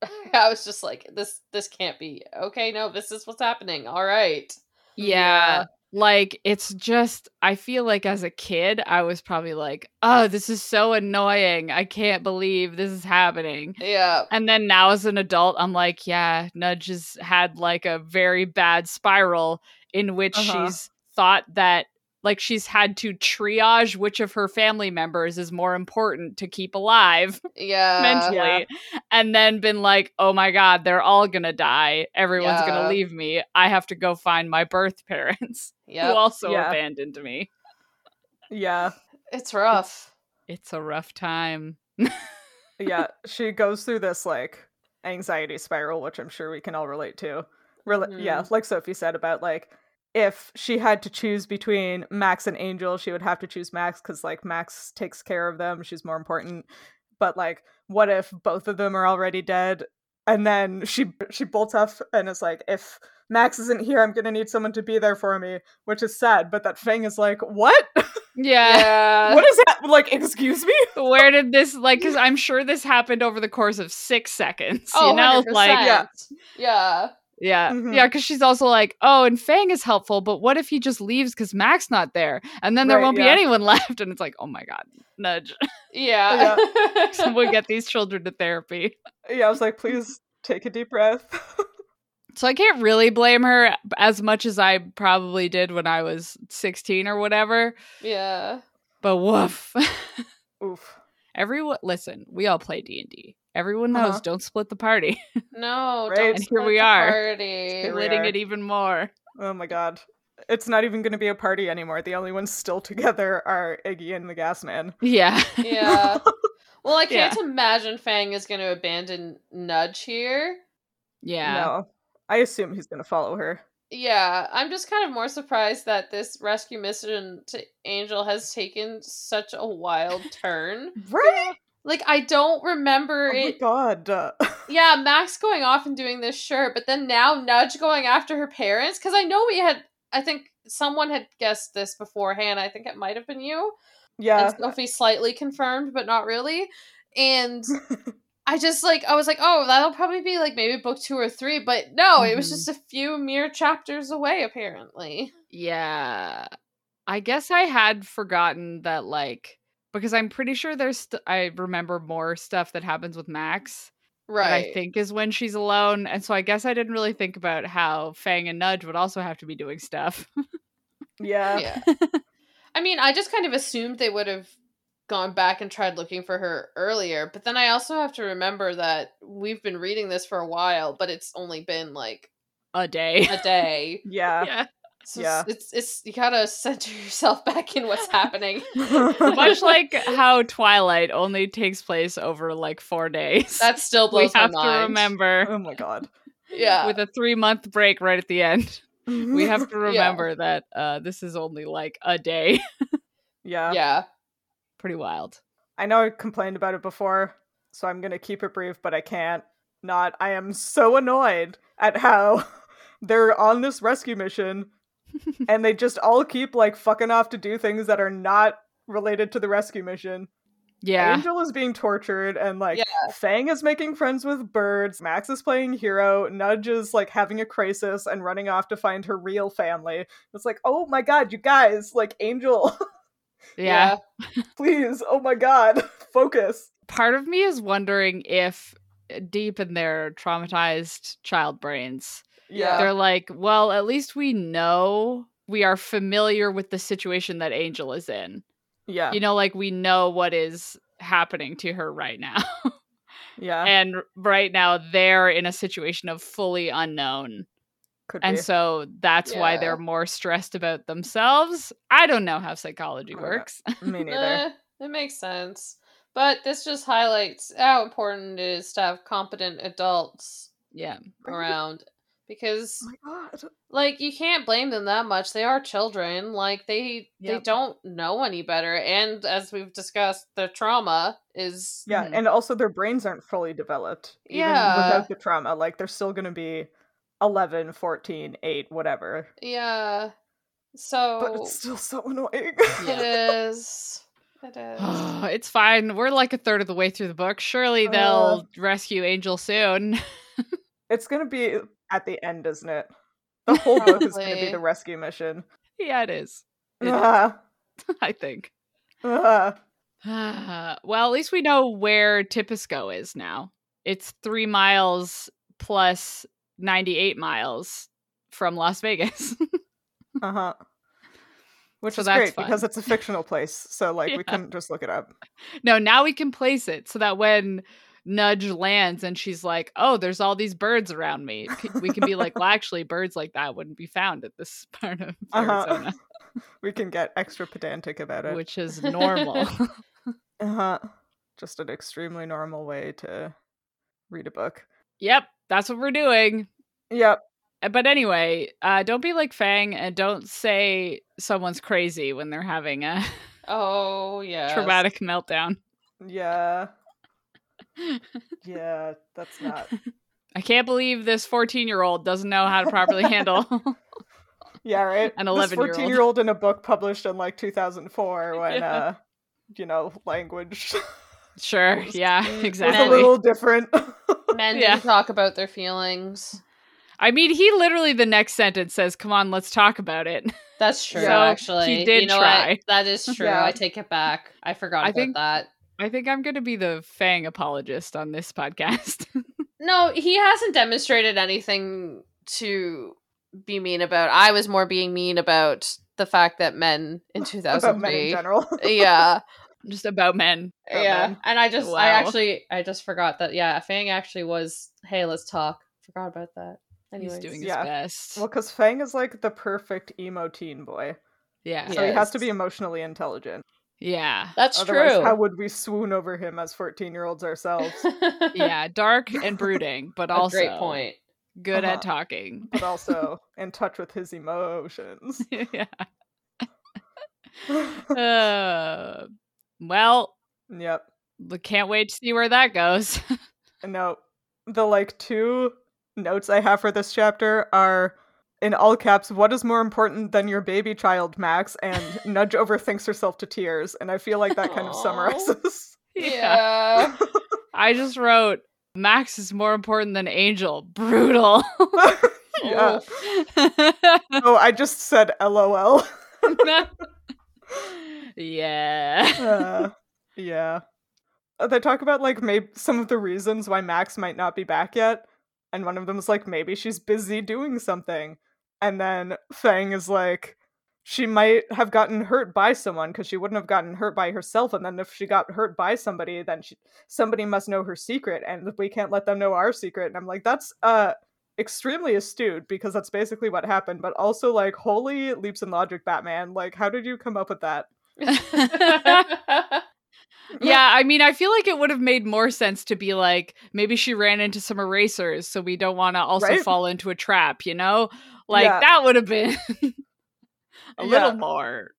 [SPEAKER 3] I I was just like this this can't be okay no this is what's happening all right
[SPEAKER 1] Yeah. Like it's just I feel like as a kid I was probably like, "Oh, this is so annoying. I can't believe this is happening."
[SPEAKER 3] yeah
[SPEAKER 1] And then now as an adult, I'm like, "Yeah, Nudge has had like a very bad spiral in which
[SPEAKER 2] Uh-huh.
[SPEAKER 1] she's thought that like she's had to triage which of her family members is more important to keep alive
[SPEAKER 3] Uh, yeah
[SPEAKER 1] mentally and then been like oh my god they're all gonna die everyone's
[SPEAKER 3] Yeah.
[SPEAKER 1] gonna leave me i have to go find my birth parents
[SPEAKER 3] yeah
[SPEAKER 1] who also
[SPEAKER 2] Yeah.
[SPEAKER 1] abandoned me
[SPEAKER 2] yeah,
[SPEAKER 3] It's rough.
[SPEAKER 1] it's a rough time
[SPEAKER 2] yeah. she goes through this like anxiety spiral, which I'm sure we can all relate to. Rel- Yeah, like Sophie said about like if she had to choose between Max and Angel, she would have to choose Max because like Max takes care of them; she's more important. But like, what if both of them are already dead? And then she she bolts off and is like, if Max isn't here, I'm gonna need someone to be there for me, which is sad. But that Fang is like, what?
[SPEAKER 1] yeah,
[SPEAKER 2] what is that? Like, excuse me?
[SPEAKER 1] where did this like because
[SPEAKER 2] Oh,
[SPEAKER 1] i'm sure this happened over the course of six seconds you know like
[SPEAKER 2] Yeah.
[SPEAKER 3] Oh, yeah.
[SPEAKER 1] Yeah.
[SPEAKER 2] Mhm.
[SPEAKER 1] Yeah. Cause she's also like, oh, and Fang is helpful, but what if he just leaves because Mac's not there? And then there
[SPEAKER 2] Right,
[SPEAKER 1] won't be
[SPEAKER 2] yeah.
[SPEAKER 1] anyone left. And it's like, oh my God, nudge.
[SPEAKER 3] Yeah.
[SPEAKER 1] Someone get these children to therapy.
[SPEAKER 2] Yeah, I was like, please take a deep breath.
[SPEAKER 1] So I can't really blame her as much as I probably did when I was 16 or whatever.
[SPEAKER 3] yeah.
[SPEAKER 1] But woof.
[SPEAKER 2] Oof.
[SPEAKER 1] Everyone, listen, we all play D&D. Everyone knows
[SPEAKER 2] Uh-huh.
[SPEAKER 1] don't split the party.
[SPEAKER 3] No.
[SPEAKER 2] Right.
[SPEAKER 3] Don't
[SPEAKER 2] And
[SPEAKER 1] here
[SPEAKER 3] start
[SPEAKER 1] we
[SPEAKER 3] the
[SPEAKER 1] are.
[SPEAKER 3] Party.
[SPEAKER 2] Here we
[SPEAKER 1] Splitting
[SPEAKER 2] are.
[SPEAKER 1] it even more.
[SPEAKER 2] Oh my god. It's not even going to be a party anymore. The only ones still together are Iggy and the Gas Man.
[SPEAKER 1] Yeah.
[SPEAKER 3] Yeah. Well, I
[SPEAKER 1] Yeah.
[SPEAKER 3] can't imagine Fang is going to abandon Nudge here.
[SPEAKER 1] yeah.
[SPEAKER 2] No. I assume he's going to follow her.
[SPEAKER 3] Yeah, I'm just kind of more surprised that this rescue mission to Angel has taken such a wild turn.
[SPEAKER 2] Right?
[SPEAKER 3] Like, I don't remember
[SPEAKER 2] Oh my
[SPEAKER 3] it.
[SPEAKER 2] god. Uh,
[SPEAKER 3] Yeah, Max going off and doing this, sure, but then now Nudge going after her parents because I know we had. I think someone had guessed this beforehand. I think it might have been you.
[SPEAKER 2] yeah.
[SPEAKER 3] and Sophie slightly confirmed, but not really. And I just like I was like, oh, that'll probably be like maybe book two or three, but no, it was
[SPEAKER 2] Mm-hmm.
[SPEAKER 1] Mhm.
[SPEAKER 3] just a few mere chapters away, apparently.
[SPEAKER 1] Yeah. I guess I had forgotten that, like, because I'm pretty sure there's, st- I remember more stuff that happens with Max
[SPEAKER 3] Right.
[SPEAKER 1] that I think is when she's alone. And so I guess I didn't really think about how Fang and Nudge would also have to be doing stuff.
[SPEAKER 2] Yeah.
[SPEAKER 3] Yeah. I mean, I just kind of assumed they would have gone back and tried looking for her earlier, but then I also have to remember that we've been reading this for a while, but it's only been like
[SPEAKER 1] A day.
[SPEAKER 3] a day.
[SPEAKER 2] Yeah.
[SPEAKER 1] yeah.
[SPEAKER 3] So
[SPEAKER 2] Yeah.
[SPEAKER 3] it's it's you gotta center yourself back in what's happening.
[SPEAKER 1] Much like how Twilight only takes place over like four days.
[SPEAKER 3] That still
[SPEAKER 1] we
[SPEAKER 3] blows
[SPEAKER 1] have
[SPEAKER 3] my mind.
[SPEAKER 1] to remember
[SPEAKER 2] oh my god.
[SPEAKER 3] Yeah.
[SPEAKER 1] with a three month break right at the end. We have to
[SPEAKER 3] Yeah.
[SPEAKER 1] remember that uh, this is only like a day. uh,
[SPEAKER 2] yeah.
[SPEAKER 3] yeah.
[SPEAKER 1] Pretty wild.
[SPEAKER 2] I know I complained about it before, so I'm going to keep it brief, but I can't not. I am so annoyed at how they're on this rescue mission and they just all keep like fucking off to do things that are not related to the rescue mission.
[SPEAKER 1] Yeah.
[SPEAKER 2] Angel is being tortured and like
[SPEAKER 3] Yeah.
[SPEAKER 2] Fang is making friends with birds, Max is playing hero, Nudge is like having a crisis and running off to find her real family. It's like, "Oh my god, you guys, like Angel,
[SPEAKER 1] yeah.
[SPEAKER 2] please. Oh my god, focus."
[SPEAKER 1] part of me is wondering if uh, deep in their traumatized child brains
[SPEAKER 3] Yeah.
[SPEAKER 1] they're like well at least we know we are familiar with the situation that angel is in
[SPEAKER 2] Yeah.
[SPEAKER 1] you know like we know what is happening to her right now
[SPEAKER 2] Yeah.
[SPEAKER 1] and right now they're in a situation of fully unknown
[SPEAKER 2] could
[SPEAKER 1] and
[SPEAKER 2] be.
[SPEAKER 1] so that's why
[SPEAKER 3] Yeah.
[SPEAKER 1] they're more stressed about themselves i don't know how psychology
[SPEAKER 2] I don't know.
[SPEAKER 1] works
[SPEAKER 2] Me neither.
[SPEAKER 3] Eh, it makes sense. But this just highlights how important it is to have competent adults
[SPEAKER 1] yeah
[SPEAKER 3] around because
[SPEAKER 2] Oh my god.
[SPEAKER 3] like you can't blame them that much. They are children. Like they they
[SPEAKER 1] Yep.
[SPEAKER 3] don't know any better and as we've discussed the trauma is
[SPEAKER 2] Yeah,
[SPEAKER 1] Mhm.
[SPEAKER 2] and also their brains aren't fully developed. Even
[SPEAKER 3] Yeah.
[SPEAKER 2] without the trauma, like they're still going to be 11, 14, 8, whatever.
[SPEAKER 3] yeah. So
[SPEAKER 2] But
[SPEAKER 1] Oh.
[SPEAKER 2] it's still so annoying.
[SPEAKER 3] it is. It is.
[SPEAKER 1] it's fine. We're like a third of the way through the book. Surely they'll rescue Angel soon.
[SPEAKER 2] it's going to be at the end, isn't it? The whole book is going to
[SPEAKER 3] Probably.
[SPEAKER 2] be the rescue mission.
[SPEAKER 1] yeah, it is. It is,
[SPEAKER 2] Ah,
[SPEAKER 1] I think.
[SPEAKER 2] ah.
[SPEAKER 1] well, at least we know where Tipisco is now. It's three miles plus 98 miles from Las Vegas.
[SPEAKER 2] Uh-huh. Which
[SPEAKER 1] So
[SPEAKER 2] is
[SPEAKER 1] that's
[SPEAKER 2] great because
[SPEAKER 1] fun.
[SPEAKER 2] it's a fictional place, so like
[SPEAKER 1] Yeah.
[SPEAKER 2] we couldn't just look it up.
[SPEAKER 1] no, now we can place it so that when Nudge lands and she's like, oh, there's all these birds around me, c- we can be like, well, actually, birds like that wouldn't be found at this part of
[SPEAKER 2] Uh-huh.
[SPEAKER 1] Arizona.
[SPEAKER 2] We can get extra pedantic about it.
[SPEAKER 1] which is normal.
[SPEAKER 2] Uh-huh. Just an extremely normal way to read a book.
[SPEAKER 1] yep, that's what we're doing.
[SPEAKER 2] Yep.
[SPEAKER 1] Uh, But anyway, uh, don't be like Fang and don't say someone's crazy when they're having a
[SPEAKER 3] Oh yeah.
[SPEAKER 1] traumatic meltdown.
[SPEAKER 2] Yeah. Yeah, that's not.
[SPEAKER 1] I can't believe this 14 year old doesn't know how to properly handle.
[SPEAKER 2] Yeah, right.
[SPEAKER 1] An
[SPEAKER 2] This
[SPEAKER 1] 11-year-old.
[SPEAKER 2] fourteen-year-old in a book published in like 2004, when
[SPEAKER 1] Yeah.
[SPEAKER 2] uh, you know, language
[SPEAKER 1] sure,
[SPEAKER 2] Was-
[SPEAKER 1] yeah,
[SPEAKER 3] was a
[SPEAKER 2] was a
[SPEAKER 1] exactly.
[SPEAKER 2] little different.
[SPEAKER 3] Men
[SPEAKER 1] Yeah.
[SPEAKER 3] do talk about their feelings.
[SPEAKER 1] I mean, he literally the next sentence says, "Come on, let's talk about it."
[SPEAKER 3] That's true.
[SPEAKER 2] So
[SPEAKER 3] actually,
[SPEAKER 1] he did
[SPEAKER 3] you know
[SPEAKER 1] try.
[SPEAKER 3] What? That is true.
[SPEAKER 2] Yeah.
[SPEAKER 3] I take it back. I forgot
[SPEAKER 1] I
[SPEAKER 3] about
[SPEAKER 1] think-
[SPEAKER 3] that.
[SPEAKER 1] I think I'm going to be the Fang apologist on this podcast.
[SPEAKER 3] No, he hasn't demonstrated anything to be mean about. I was more being mean about the fact that men in
[SPEAKER 2] about men
[SPEAKER 3] 2003.
[SPEAKER 2] in general.
[SPEAKER 3] yeah,
[SPEAKER 1] Just about men.
[SPEAKER 2] About
[SPEAKER 3] yeah.
[SPEAKER 2] men.
[SPEAKER 3] And I just, I
[SPEAKER 1] Wow.
[SPEAKER 3] actually, I just forgot that. Yeah, Fang actually was. Hey, let's talk. Forgot about that. Anyways.
[SPEAKER 1] He's doing his
[SPEAKER 2] yeah.
[SPEAKER 1] best.
[SPEAKER 2] well, because Fang is like the perfect emo teen boy,
[SPEAKER 1] yeah.
[SPEAKER 2] so he has to be
[SPEAKER 3] Yes.
[SPEAKER 2] emotionally intelligent.
[SPEAKER 1] Yeah.
[SPEAKER 3] That's
[SPEAKER 2] Otherwise,
[SPEAKER 3] true.
[SPEAKER 2] how would we swoon over him as fourteen-year-olds ourselves?
[SPEAKER 1] Yeah. Dark and brooding, but
[SPEAKER 3] A
[SPEAKER 1] also
[SPEAKER 3] great point.
[SPEAKER 1] good
[SPEAKER 2] Uh-huh.
[SPEAKER 1] at talking.
[SPEAKER 2] but also in touch with his emotions.
[SPEAKER 1] yeah. Uh, well,
[SPEAKER 2] yep.
[SPEAKER 1] we can't wait to see where that goes.
[SPEAKER 2] No, the like two notes I have for this chapter are in all caps, what is more important than your baby child, Max? And Nudge overthinks herself to tears. And I feel like that kind of
[SPEAKER 3] Aw.
[SPEAKER 2] summarizes.
[SPEAKER 3] Yeah.
[SPEAKER 1] I just wrote Max is more important than Angel. Brutal.
[SPEAKER 2] yeah. Oh, I just said LOL.
[SPEAKER 1] yeah.
[SPEAKER 2] Uh, yeah. Uh, They talk about like maybe some of the reasons why Max might not be back yet. And one of them is like, maybe she's busy doing something. And then Fang is like, she might have gotten hurt by someone because she wouldn't have gotten hurt by herself. And then if she got hurt by somebody, then she, somebody must know her secret. And we can't let them know our secret. And I'm like, that's uh extremely astute because that's basically what happened. But also like, holy leaps in logic, Batman. Like, how did you come up with that?
[SPEAKER 1] Yeah, I mean, I feel like it would have made more sense to be like, maybe she ran into some erasers, so we don't want to also
[SPEAKER 2] Right?
[SPEAKER 1] fall into a trap, you know? Like,
[SPEAKER 2] Yeah.
[SPEAKER 1] that would have been a
[SPEAKER 2] Yeah.
[SPEAKER 1] little more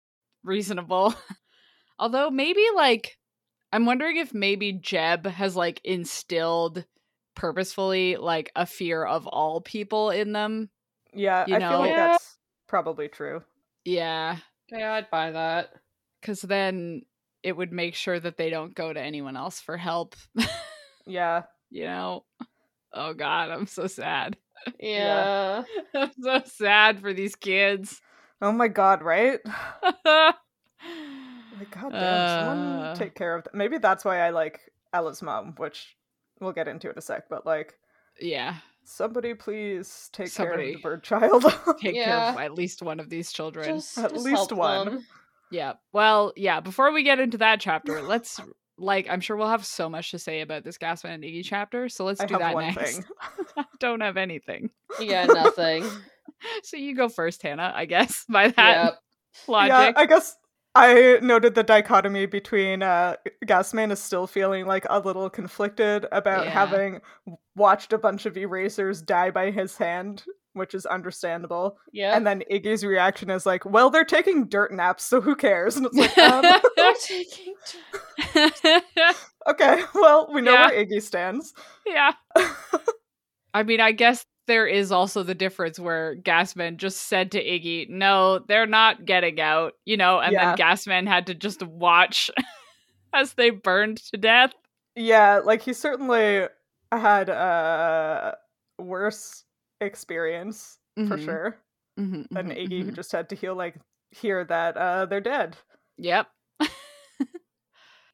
[SPEAKER 1] reasonable. Although, maybe, like, I'm wondering if maybe Jeb has, like, instilled purposefully, like, a fear of all people in them.
[SPEAKER 2] Yeah,
[SPEAKER 1] you
[SPEAKER 2] I
[SPEAKER 1] know?
[SPEAKER 2] feel like
[SPEAKER 3] Yeah.
[SPEAKER 2] that's probably true.
[SPEAKER 1] Yeah.
[SPEAKER 3] yeah, I'd buy that.
[SPEAKER 1] Because then it would make sure that they don't go to anyone else for help.
[SPEAKER 2] Yeah.
[SPEAKER 1] you know oh god i'm so sad
[SPEAKER 3] Yeah.
[SPEAKER 1] i'm so sad for these kids
[SPEAKER 2] Oh my god, right?
[SPEAKER 1] god
[SPEAKER 2] Like, god damn,
[SPEAKER 1] Uh.
[SPEAKER 2] someone take care of that. Maybe that's why I like Ella's mom, which we'll get into in a sec, but like
[SPEAKER 1] yeah
[SPEAKER 2] somebody please take care of
[SPEAKER 1] Somebody.
[SPEAKER 2] the bird child.
[SPEAKER 1] take care of
[SPEAKER 3] Yeah.
[SPEAKER 1] at least one of these children
[SPEAKER 3] Just-
[SPEAKER 2] At
[SPEAKER 3] just
[SPEAKER 2] least
[SPEAKER 3] help
[SPEAKER 2] one.
[SPEAKER 3] them.
[SPEAKER 1] yeah well yeah before we get into that chapter let's like i'm sure we'll have so much to say about this gasman and iggy chapter so let's
[SPEAKER 2] I
[SPEAKER 1] do
[SPEAKER 2] have
[SPEAKER 1] that
[SPEAKER 2] one
[SPEAKER 1] next
[SPEAKER 2] thing.
[SPEAKER 1] i don't have anything
[SPEAKER 3] Yeah, nothing.
[SPEAKER 1] so you go first hannah i guess by that
[SPEAKER 3] yep.
[SPEAKER 2] Yeah,
[SPEAKER 1] logic
[SPEAKER 2] I guess I noted the dichotomy between uh Gasman is still feeling like a little conflicted about
[SPEAKER 1] Yeah.
[SPEAKER 2] having watched a bunch of erasers die by his hand, which is understandable.
[SPEAKER 3] Yeah.
[SPEAKER 2] And then Iggy's reaction is like, "Well, they're taking dirt naps, so who cares?" And it's like, um,
[SPEAKER 3] They're taking t-
[SPEAKER 2] "Okay, well, we know
[SPEAKER 1] Yeah.
[SPEAKER 2] where Iggy stands."
[SPEAKER 1] Yeah. I mean, I guess there is also the difference where Gasman just said to Iggy, no, they're not getting out, you know, and then Gasman had to just watch as they burned to death.
[SPEAKER 2] Yeah, like he certainly had a worse experience for
[SPEAKER 1] Mm-hmm.
[SPEAKER 2] sure than Iggy, who just had to heal like hear that uh, they're dead.
[SPEAKER 1] Yep.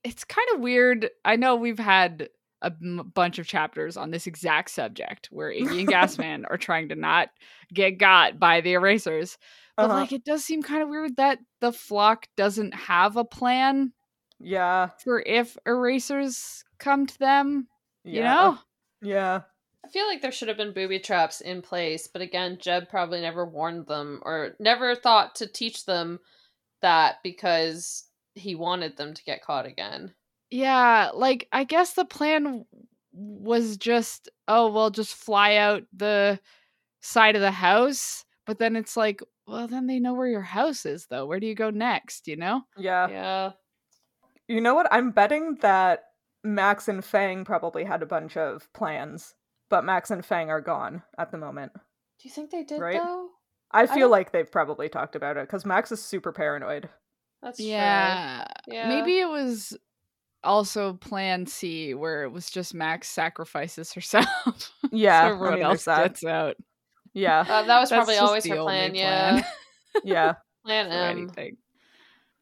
[SPEAKER 1] it's kind of weird. I know we've had a m- bunch of chapters on this exact subject where Iggy and Gasman are trying to not get got by the erasers. But
[SPEAKER 2] Uh-huh.
[SPEAKER 1] like it does seem kind of weird that the flock doesn't have a plan
[SPEAKER 2] yeah,
[SPEAKER 1] for if erasers come to them,
[SPEAKER 2] yeah,
[SPEAKER 1] you know?
[SPEAKER 2] yeah,
[SPEAKER 3] I feel like there should have been booby traps in place, but again, Jeb probably never warned them or never thought to teach them that because he wanted them to get caught again.
[SPEAKER 1] Yeah, like I guess the plan w- was just oh, well just fly out the side of the house, but then it's like, well then they know where your house is though. Where do you go next, you know?
[SPEAKER 2] yeah.
[SPEAKER 3] Yeah.
[SPEAKER 2] You know what? I'm betting that Max and Fang probably had a bunch of plans, but Max and Fang are gone at the moment.
[SPEAKER 3] Do you think they did
[SPEAKER 2] Right?
[SPEAKER 3] though?
[SPEAKER 2] I
[SPEAKER 3] don't-
[SPEAKER 2] feel like they've probably talked about it because Max is super paranoid.
[SPEAKER 3] That's
[SPEAKER 1] Yeah.
[SPEAKER 3] true. Yeah.
[SPEAKER 1] Maybe it was also plan C where it was just Max sacrifices herself.
[SPEAKER 2] Yeah,
[SPEAKER 1] so everyone else gets out.
[SPEAKER 2] Yeah.
[SPEAKER 3] Uh, that was
[SPEAKER 1] That's
[SPEAKER 3] probably
[SPEAKER 1] just
[SPEAKER 3] always
[SPEAKER 1] the
[SPEAKER 3] her
[SPEAKER 1] only
[SPEAKER 3] plan,
[SPEAKER 1] plan
[SPEAKER 3] yeah.
[SPEAKER 2] Yeah.
[SPEAKER 3] Plan
[SPEAKER 1] for
[SPEAKER 2] Um,
[SPEAKER 3] M
[SPEAKER 1] anything.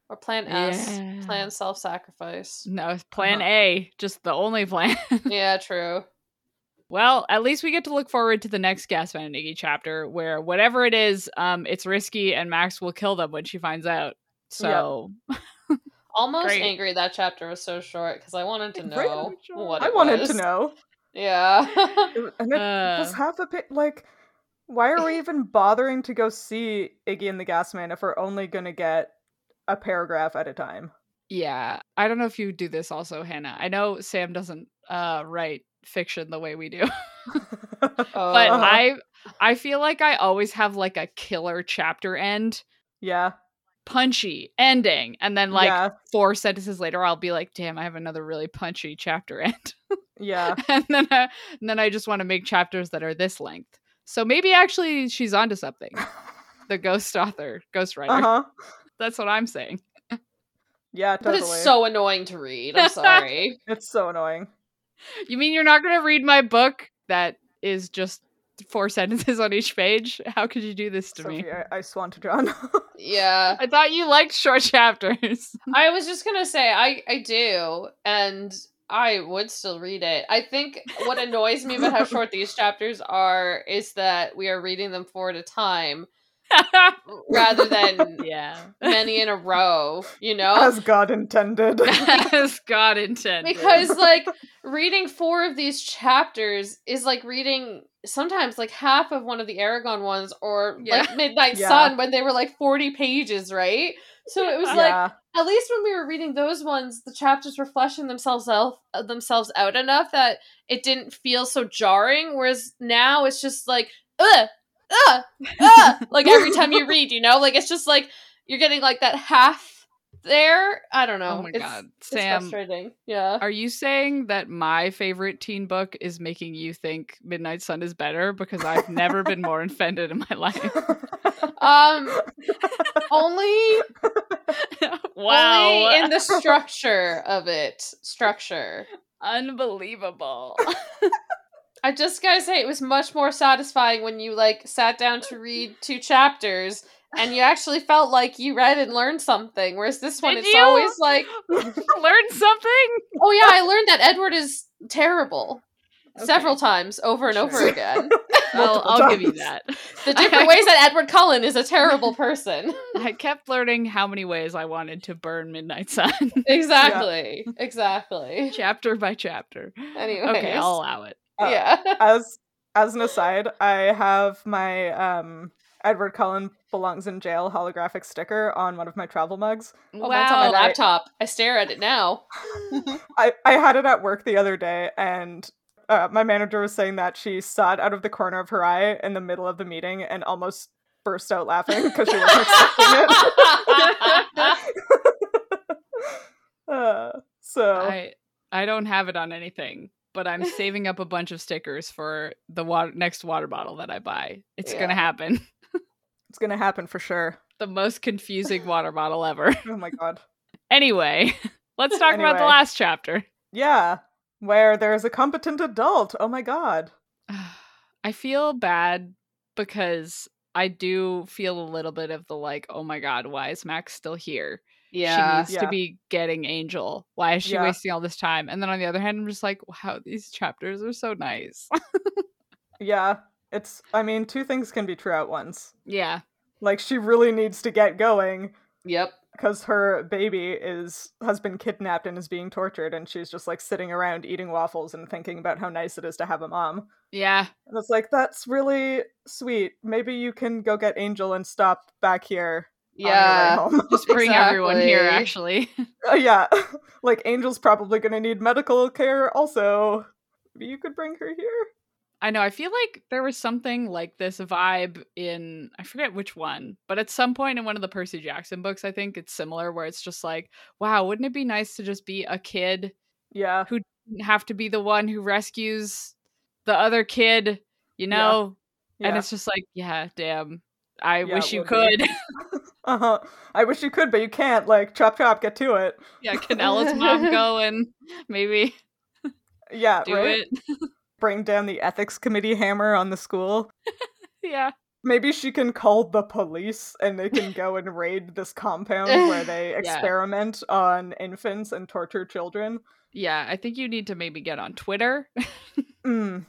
[SPEAKER 3] or Plan S,
[SPEAKER 1] Yeah.
[SPEAKER 3] Plan Self Sacrifice.
[SPEAKER 1] No, it's plan
[SPEAKER 2] Uh-huh.
[SPEAKER 1] A, just the only plan.
[SPEAKER 3] yeah, true.
[SPEAKER 1] well, at least we get to look forward to the next Gas Vanity chapter where whatever it is, um, it's risky and Max will kill them when she finds out. So
[SPEAKER 3] Almost
[SPEAKER 1] Great.
[SPEAKER 3] angry that chapter was so short because I wanted to
[SPEAKER 1] Right,
[SPEAKER 3] know
[SPEAKER 1] I'm sure.
[SPEAKER 3] what
[SPEAKER 2] I
[SPEAKER 3] it
[SPEAKER 2] wanted
[SPEAKER 3] was.
[SPEAKER 2] to know.
[SPEAKER 3] Yeah.
[SPEAKER 2] It- And it
[SPEAKER 1] Uh.
[SPEAKER 2] was half a bit like, why are we even bothering to go see Iggy and the Gas Man if we're only going to get a paragraph at a time?
[SPEAKER 1] yeah. I don't know if you do this also, Hannah. I know Sam doesn't uh write fiction the way we do. but
[SPEAKER 2] Uh-huh.
[SPEAKER 1] I I feel like I always have like a killer chapter end,
[SPEAKER 2] yeah.
[SPEAKER 1] punchy ending, and then like
[SPEAKER 2] yeah.
[SPEAKER 1] four sentences later I'll be like, "Damn, I have another really punchy chapter end."
[SPEAKER 2] Yeah.
[SPEAKER 1] and then I, and then I just want to make chapters that are this length. So maybe actually she's onto something. The ghost author, ghostwriter.
[SPEAKER 2] Uh huh.
[SPEAKER 1] That's what I'm saying.
[SPEAKER 2] Yeah,
[SPEAKER 3] but
[SPEAKER 2] totally.
[SPEAKER 3] it's so annoying to read. I'm sorry.
[SPEAKER 2] It's so annoying.
[SPEAKER 1] You mean you're not going to read my book that is just four sentences on each page? How could you do this to me?
[SPEAKER 2] Sophie, I, I swan to John.
[SPEAKER 3] yeah.
[SPEAKER 1] I thought you liked short chapters.
[SPEAKER 3] I was just gonna say I I do, and I would still read it. I think what annoys me about how short these chapters are is that we are reading them four at a time rather than
[SPEAKER 1] yeah.
[SPEAKER 3] many in a row. You know.
[SPEAKER 2] As God intended.
[SPEAKER 1] As God intended.
[SPEAKER 3] Because like reading four of these chapters is like reading sometimes like half of one of the Aragon ones or
[SPEAKER 1] Yeah.
[SPEAKER 3] like Midnight
[SPEAKER 2] Yeah.
[SPEAKER 3] Sun when they were like forty pages, right? So it was like
[SPEAKER 2] yeah.
[SPEAKER 3] at least when we were reading those ones, the chapters were fleshing themselves out themselves out enough that it didn't feel so jarring. Whereas now it's just like, ugh, ugh, ugh. like every time you read, you know, like it's just like you're getting like that half there. I don't know.
[SPEAKER 1] oh my
[SPEAKER 3] It's-
[SPEAKER 1] God.
[SPEAKER 3] it's
[SPEAKER 1] Sam,
[SPEAKER 3] frustrating. Yeah.
[SPEAKER 1] Are you saying that my favorite teen book is making you think Midnight Sun is better? Because I've never been more offended in my life.
[SPEAKER 3] Um, only, only in the structure of it. Structure.
[SPEAKER 1] Unbelievable.
[SPEAKER 3] I just gotta say, it was much more satisfying when you like sat down to read two chapters and you actually felt like you read and learned something. Whereas this one,
[SPEAKER 1] Did
[SPEAKER 3] it's
[SPEAKER 1] you?
[SPEAKER 3] always like,
[SPEAKER 1] Learn something?
[SPEAKER 3] oh yeah, I learned that Edward is terrible several
[SPEAKER 1] Okay.
[SPEAKER 3] times over and over
[SPEAKER 1] Sure.
[SPEAKER 3] again.
[SPEAKER 1] I'll,
[SPEAKER 2] multiple
[SPEAKER 1] I'll give you
[SPEAKER 2] times.
[SPEAKER 1] that.
[SPEAKER 3] The different ways that Edward Cullen is a terrible person.
[SPEAKER 1] I kept learning how many ways I wanted to burn Midnight Sun,
[SPEAKER 3] exactly. Exactly.
[SPEAKER 1] chapter by chapter.
[SPEAKER 3] Anyways.
[SPEAKER 1] Okay, I'll allow it.
[SPEAKER 2] Uh,
[SPEAKER 3] yeah.
[SPEAKER 2] as as an aside, I have my um Edward Cullen belongs in jail holographic sticker on one of my travel mugs.
[SPEAKER 3] Oh, that's on my
[SPEAKER 1] Wow.
[SPEAKER 3] laptop. I stare at it now.
[SPEAKER 2] I I had it at work the other day, and uh, my manager was saying that she saw it out of the corner of her eye in the middle of the meeting and almost burst out laughing because she wasn't expecting it. Uh, so
[SPEAKER 1] I I don't have it on anything, but I'm saving up a bunch of stickers for the water, next water bottle that I buy. It's
[SPEAKER 3] Yeah.
[SPEAKER 1] gonna happen.
[SPEAKER 2] it's gonna happen for sure.
[SPEAKER 1] The most confusing water bottle ever.
[SPEAKER 2] Oh my god.
[SPEAKER 1] Anyway, let's talk about the
[SPEAKER 2] Anyway.
[SPEAKER 1] last chapter.
[SPEAKER 2] Yeah, where there's a competent adult. Oh my god.
[SPEAKER 1] I feel bad because I do feel a little bit of the like, oh my god, why is Max still here? She
[SPEAKER 3] yeah.
[SPEAKER 1] needs to
[SPEAKER 2] Yeah.
[SPEAKER 1] be getting Angel. Why is she
[SPEAKER 2] Yeah.
[SPEAKER 1] wasting all this time? And then on the other hand, I'm just like, wow, these chapters are so nice.
[SPEAKER 2] Yeah, it's. I mean, two things can be true at once.
[SPEAKER 1] yeah.
[SPEAKER 2] Like she really needs to get going
[SPEAKER 3] Yep.
[SPEAKER 2] because her baby is has been kidnapped and is being tortured, and she's just like sitting around eating waffles and thinking about how nice it is to have a mom.
[SPEAKER 1] Yeah.
[SPEAKER 2] And it's like that's really sweet. Maybe you can go get Angel and stop back here.
[SPEAKER 3] Yeah.
[SPEAKER 2] on your way home.
[SPEAKER 1] Just bring everyone here,
[SPEAKER 3] Exactly.
[SPEAKER 1] actually.
[SPEAKER 2] Uh, yeah, like Angel's probably gonna need medical care. Also, maybe you could bring her here.
[SPEAKER 1] I know. I feel like there was something like this vibe in I forget which one, but at some point in one of the Percy Jackson books, I think it's similar where it's just like, wow, wouldn't it be nice to just be a kid,
[SPEAKER 2] Yeah,
[SPEAKER 1] and have to be the one who rescues the other kid, you know?
[SPEAKER 2] yeah.
[SPEAKER 1] And it's just like, yeah, damn. I
[SPEAKER 2] Yeah,
[SPEAKER 1] wish
[SPEAKER 2] it
[SPEAKER 1] you
[SPEAKER 2] would
[SPEAKER 1] could.
[SPEAKER 2] uh huh. I wish you could, but you can't. Like chop chop, get to it.
[SPEAKER 1] yeah, can Ella's mom go and maybe
[SPEAKER 2] Yeah,
[SPEAKER 1] do
[SPEAKER 2] Uh, right.
[SPEAKER 1] it?
[SPEAKER 2] bring down the ethics committee hammer on the school.
[SPEAKER 1] yeah.
[SPEAKER 2] Maybe she can call the police and they can go and raid this compound where they
[SPEAKER 1] Yeah.
[SPEAKER 2] experiment on infants and torture children.
[SPEAKER 1] Yeah, I think you need to maybe get on Twitter,
[SPEAKER 2] Mm,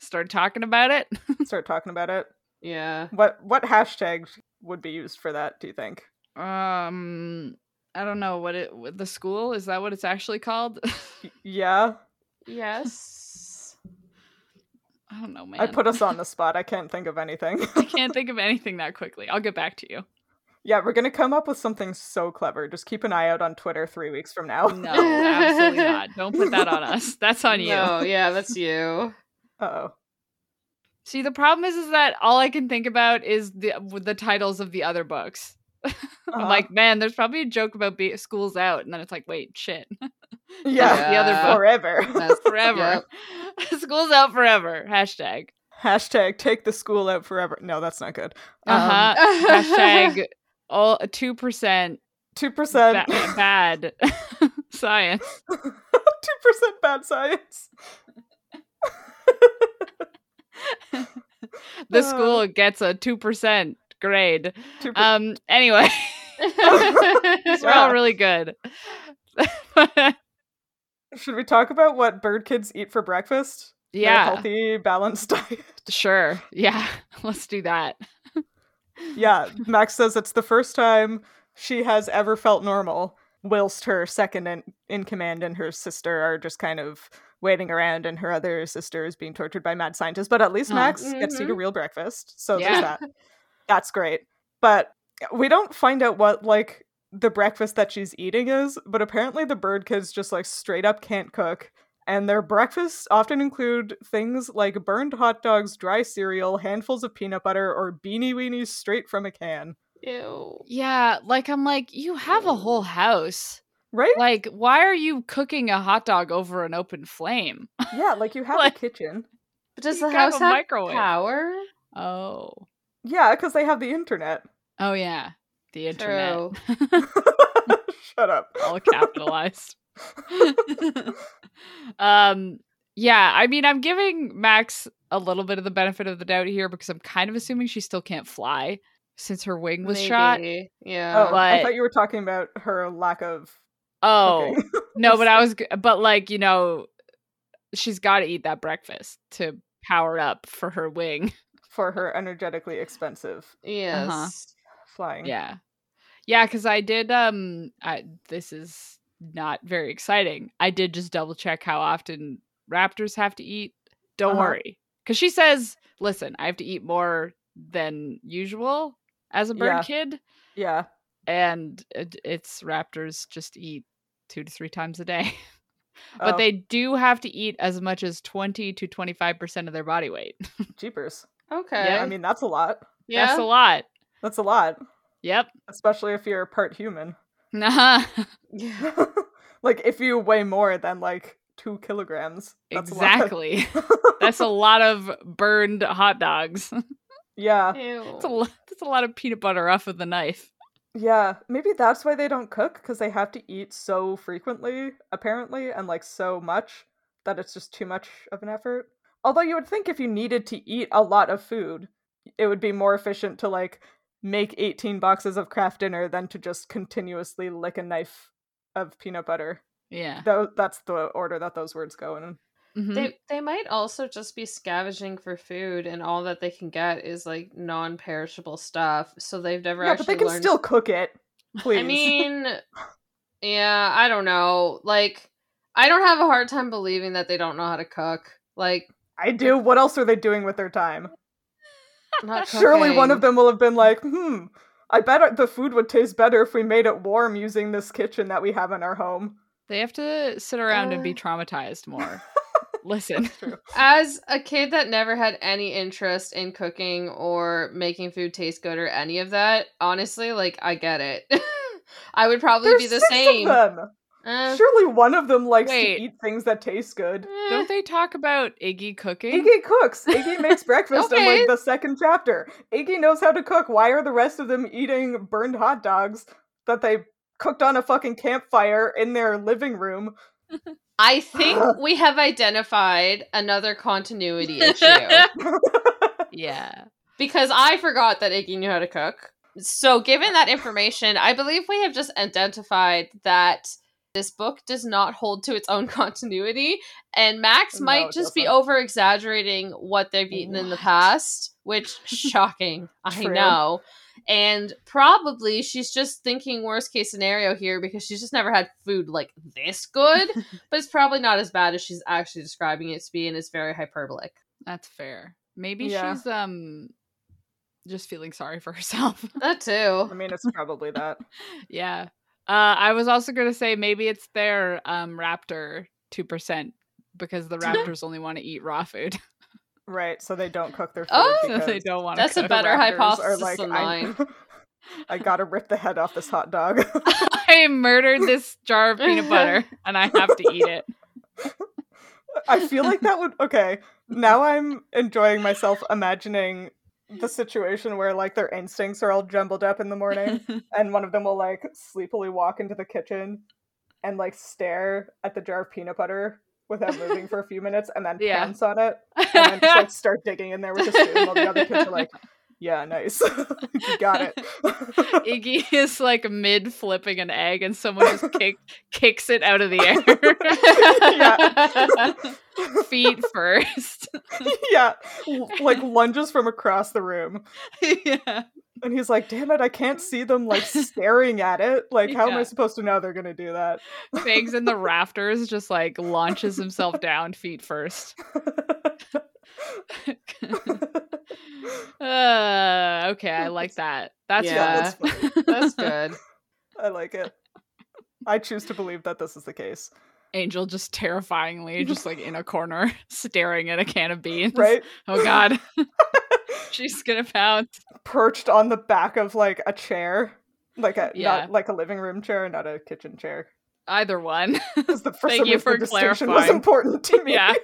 [SPEAKER 1] start talking about it.
[SPEAKER 2] start talking about it.
[SPEAKER 3] Yeah.
[SPEAKER 2] What what hashtags would be used for that, do you think?
[SPEAKER 1] Um, I don't know what it what- the school is that what it's actually called.
[SPEAKER 2] Y- Yeah.
[SPEAKER 3] Yes.
[SPEAKER 1] I don't know, man.
[SPEAKER 2] I put us on the spot. I can't think of anything.
[SPEAKER 1] I can't think of anything that quickly. I'll get back to you.
[SPEAKER 2] yeah, we're gonna come up with something so clever. Just keep an eye out on Twitter three weeks from now.
[SPEAKER 1] No, absolutely not. Don't put that on us. That's on you.
[SPEAKER 3] No, yeah, that's you.
[SPEAKER 2] Uh oh.
[SPEAKER 1] See, the problem is, is that all I can think about is the with the titles of the other books.
[SPEAKER 2] Uh-huh.
[SPEAKER 1] I'm like, man, there's probably a joke about be- school's out, and then it's like, wait, shit,
[SPEAKER 2] yeah,
[SPEAKER 1] the other
[SPEAKER 3] Yeah.
[SPEAKER 1] book
[SPEAKER 2] forever.
[SPEAKER 3] That's
[SPEAKER 1] forever. school's out forever. Hashtag.
[SPEAKER 2] Hashtag take the school out forever. No, that's not good.
[SPEAKER 1] Uh huh.
[SPEAKER 3] Yep.
[SPEAKER 1] Hashtag all two percent
[SPEAKER 2] Two
[SPEAKER 1] ba-
[SPEAKER 2] percent,
[SPEAKER 1] bad science.
[SPEAKER 2] two percent bad science.
[SPEAKER 1] The
[SPEAKER 2] Uh.
[SPEAKER 1] school gets a two percent grade.
[SPEAKER 2] Two per-
[SPEAKER 1] Um. Anyway, they're all really good.
[SPEAKER 2] Should we talk about what bird kids eat for breakfast? Their
[SPEAKER 1] yeah.
[SPEAKER 2] healthy, balanced diet.
[SPEAKER 1] Sure. Yeah. Let's do that.
[SPEAKER 2] yeah, Max says it's the first time she has ever felt normal, whilst her second in, in command and her sister are just kind of waiting around, and her other sister is being tortured by mad scientists. But at least
[SPEAKER 1] Oh.
[SPEAKER 2] Max gets to eat a
[SPEAKER 3] Mhm.
[SPEAKER 2] real breakfast, so
[SPEAKER 1] Yeah.
[SPEAKER 2] there's that. That's great. But uh, we don't find out what like the breakfast that she's eating is, but apparently the bird kids just like straight up can't cook. And their breakfasts often include things like burned hot dogs, dry cereal, handfuls of peanut butter, or beanie weenies straight from a can.
[SPEAKER 3] Ew.
[SPEAKER 1] Yeah. Like I'm like you have a whole house.
[SPEAKER 2] Right?
[SPEAKER 1] Like why are you cooking a hot dog over an open flame?
[SPEAKER 2] yeah, like you have
[SPEAKER 1] Like-
[SPEAKER 2] a kitchen.
[SPEAKER 3] But does
[SPEAKER 1] You
[SPEAKER 3] the
[SPEAKER 1] got
[SPEAKER 3] house
[SPEAKER 1] a
[SPEAKER 3] have
[SPEAKER 1] microwave.
[SPEAKER 3] power?
[SPEAKER 1] Oh.
[SPEAKER 2] Yeah, because they have the internet.
[SPEAKER 1] Oh yeah. The internet.
[SPEAKER 3] True.
[SPEAKER 2] Shut up.
[SPEAKER 1] all capitalized. um yeah, I mean I'm giving Max a little bit of the benefit of the doubt here because I'm kind of assuming she still can't fly since her wing was shot.
[SPEAKER 3] Maybe.
[SPEAKER 2] Oh,
[SPEAKER 3] Yeah.
[SPEAKER 2] I
[SPEAKER 1] But-
[SPEAKER 2] thought you were talking about her lack of.
[SPEAKER 1] Oh.
[SPEAKER 2] cooking.
[SPEAKER 1] No, but I was g- but like, you know, she's got to eat that breakfast to power up for her wing.
[SPEAKER 2] for her energetically expensive
[SPEAKER 3] yes.
[SPEAKER 2] flying.
[SPEAKER 1] Yeah. Yeah, cuz I did um I this is not very exciting. I did just double check how often raptors have to eat. Don't
[SPEAKER 2] Uh-huh.
[SPEAKER 1] worry. Cuz she says, "Listen, I have to eat more than usual as a bird
[SPEAKER 2] Yeah.
[SPEAKER 1] kid."
[SPEAKER 2] Yeah.
[SPEAKER 1] And it, it's raptors just eat 2 to 3 times a day. but
[SPEAKER 2] Oh,
[SPEAKER 1] they do have to eat as much as 20 to 25% of their body weight.
[SPEAKER 2] jeepers.
[SPEAKER 3] Okay.
[SPEAKER 1] uh-huh. Yeah,
[SPEAKER 2] I mean, that's a lot.
[SPEAKER 3] yeah.
[SPEAKER 1] That's a lot.
[SPEAKER 2] That's a lot,
[SPEAKER 1] Yep.
[SPEAKER 2] especially if you're part human.
[SPEAKER 1] Uh-huh.
[SPEAKER 3] Yeah.
[SPEAKER 2] like if you weigh more than like two kilograms. That's
[SPEAKER 1] exactly.
[SPEAKER 2] A lot.
[SPEAKER 1] That's a lot of burned hot dogs.
[SPEAKER 2] yeah,
[SPEAKER 3] Ew.
[SPEAKER 1] That's a, lo- that's a lot of peanut butter off of the knife.
[SPEAKER 2] yeah. Maybe that's why they don't cook because they have to eat so frequently, apparently, and like so much that it's just too much of an effort. Although you would think if you needed to eat a lot of food, it would be more efficient to like make 18 boxes of craft dinner than to just continuously lick a knife of peanut butter.
[SPEAKER 3] Ah.
[SPEAKER 1] Yeah.
[SPEAKER 2] Tho- that's the order that those words go in.
[SPEAKER 1] Mhm.
[SPEAKER 3] They they might also just be scavenging for food, and all that they can get is like non-perishable stuff. So they've never
[SPEAKER 2] Yeah, but
[SPEAKER 3] actually
[SPEAKER 2] they can
[SPEAKER 3] learned.
[SPEAKER 2] still cook it. Please.
[SPEAKER 3] I mean, yeah, I don't know. Like, I don't have a hard time believing that they don't know how to cook. Like,
[SPEAKER 2] I do. What else are they doing with their time?
[SPEAKER 3] not
[SPEAKER 2] Surely one of
[SPEAKER 3] cooking.
[SPEAKER 2] them will have been like, hmm, I bet the food would taste better if we made it warm using this kitchen that we have in our home.
[SPEAKER 1] They have to sit around and be
[SPEAKER 3] Uh.
[SPEAKER 1] traumatized more. Listen,
[SPEAKER 2] That's true.
[SPEAKER 3] As a kid that never had any interest in cooking or making food taste good or any of that, honestly, like I get it. I would probably
[SPEAKER 2] There's
[SPEAKER 3] be the
[SPEAKER 2] six
[SPEAKER 3] same.
[SPEAKER 2] of them.
[SPEAKER 3] Eh,
[SPEAKER 2] Surely one of them likes
[SPEAKER 1] Wait.
[SPEAKER 2] to eat things that taste good.
[SPEAKER 3] eh.
[SPEAKER 1] don't they talk about Iggy cooking?
[SPEAKER 2] Iggy cooks. Iggy makes breakfast in
[SPEAKER 3] Okay.
[SPEAKER 2] like the second chapter. Iggy knows how to cook. Why are the rest of them eating burned hot dogs that they cooked on a fucking campfire in their living room?
[SPEAKER 3] I think we have identified another continuity issue.
[SPEAKER 1] yeah.
[SPEAKER 3] because I forgot that Iggy knew how to cook. So, given that information, I believe we have just identified that this book does not hold to its own continuity, and Max
[SPEAKER 2] No,
[SPEAKER 3] might
[SPEAKER 2] it
[SPEAKER 3] just be
[SPEAKER 2] doesn't.
[SPEAKER 3] over exaggerating what they've eaten in the
[SPEAKER 1] What?
[SPEAKER 3] past, which shocking, I
[SPEAKER 2] True.
[SPEAKER 3] know. And probably she's just thinking worst case scenario here because she's just never had food like this good, but it's probably not as bad as she's actually describing it to be, and it's very hyperbolic.
[SPEAKER 1] That's fair. Maybe
[SPEAKER 2] Yeah.
[SPEAKER 1] she's um just feeling sorry for herself.
[SPEAKER 3] That too.
[SPEAKER 2] I mean, it's probably that.
[SPEAKER 1] yeah. Uh, I was also gonna say maybe it's their um raptor two percent because the raptors only want to eat raw food,
[SPEAKER 2] Right, so they don't cook their food.
[SPEAKER 3] Oh!
[SPEAKER 1] so they
[SPEAKER 2] because
[SPEAKER 1] don't want.
[SPEAKER 3] That's a
[SPEAKER 1] cook.
[SPEAKER 2] the
[SPEAKER 3] better
[SPEAKER 2] raptors are
[SPEAKER 3] hypothesis
[SPEAKER 2] like,
[SPEAKER 3] than
[SPEAKER 2] I-
[SPEAKER 3] mine.
[SPEAKER 2] I gotta rip the head off this hot dog.
[SPEAKER 1] I murdered this jar of peanut butter and I have to eat it.
[SPEAKER 2] I feel like that would okay. Now I'm enjoying myself imagining the situation where like their instincts are all jumbled up in the morning and one of them will like sleepily walk into the kitchen and like stare at the jar of peanut butter without moving for a few minutes and then
[SPEAKER 1] Yeah.
[SPEAKER 2] pounce on it and then just like start digging in there with a spoon while the other kids are like, Yeah, nice. you got it.
[SPEAKER 1] Iggy is like mid flipping an egg and someone just kick, kicks it out of the air. Feet first.
[SPEAKER 2] yeah. l- Like lunges from across the room.
[SPEAKER 1] yeah.
[SPEAKER 2] And he's like, damn it, I can't see them like staring at it. Like, how am
[SPEAKER 1] Yeah.
[SPEAKER 2] I supposed to know they're gonna do that?
[SPEAKER 1] Figs in the rafters just like launches himself down feet first. uh, okay, I like that. That's
[SPEAKER 3] Yeah,
[SPEAKER 1] uh,
[SPEAKER 2] that's funny.
[SPEAKER 3] That's good.
[SPEAKER 2] I like it. I choose to believe that this is the case.
[SPEAKER 1] Angel just terrifyingly just like in a corner staring at a can of beans.
[SPEAKER 2] Right?
[SPEAKER 1] Oh god. She's gonna pounce.
[SPEAKER 2] Perched on the back of like a chair. Like a
[SPEAKER 1] Yeah.
[SPEAKER 2] not like a living room chair, not a kitchen chair.
[SPEAKER 1] Either one.
[SPEAKER 2] 'Cause the- for
[SPEAKER 1] Thank
[SPEAKER 2] some
[SPEAKER 1] you
[SPEAKER 2] reason,
[SPEAKER 1] for
[SPEAKER 2] the distinction was
[SPEAKER 1] clarifying.
[SPEAKER 2] important to me.
[SPEAKER 1] yeah.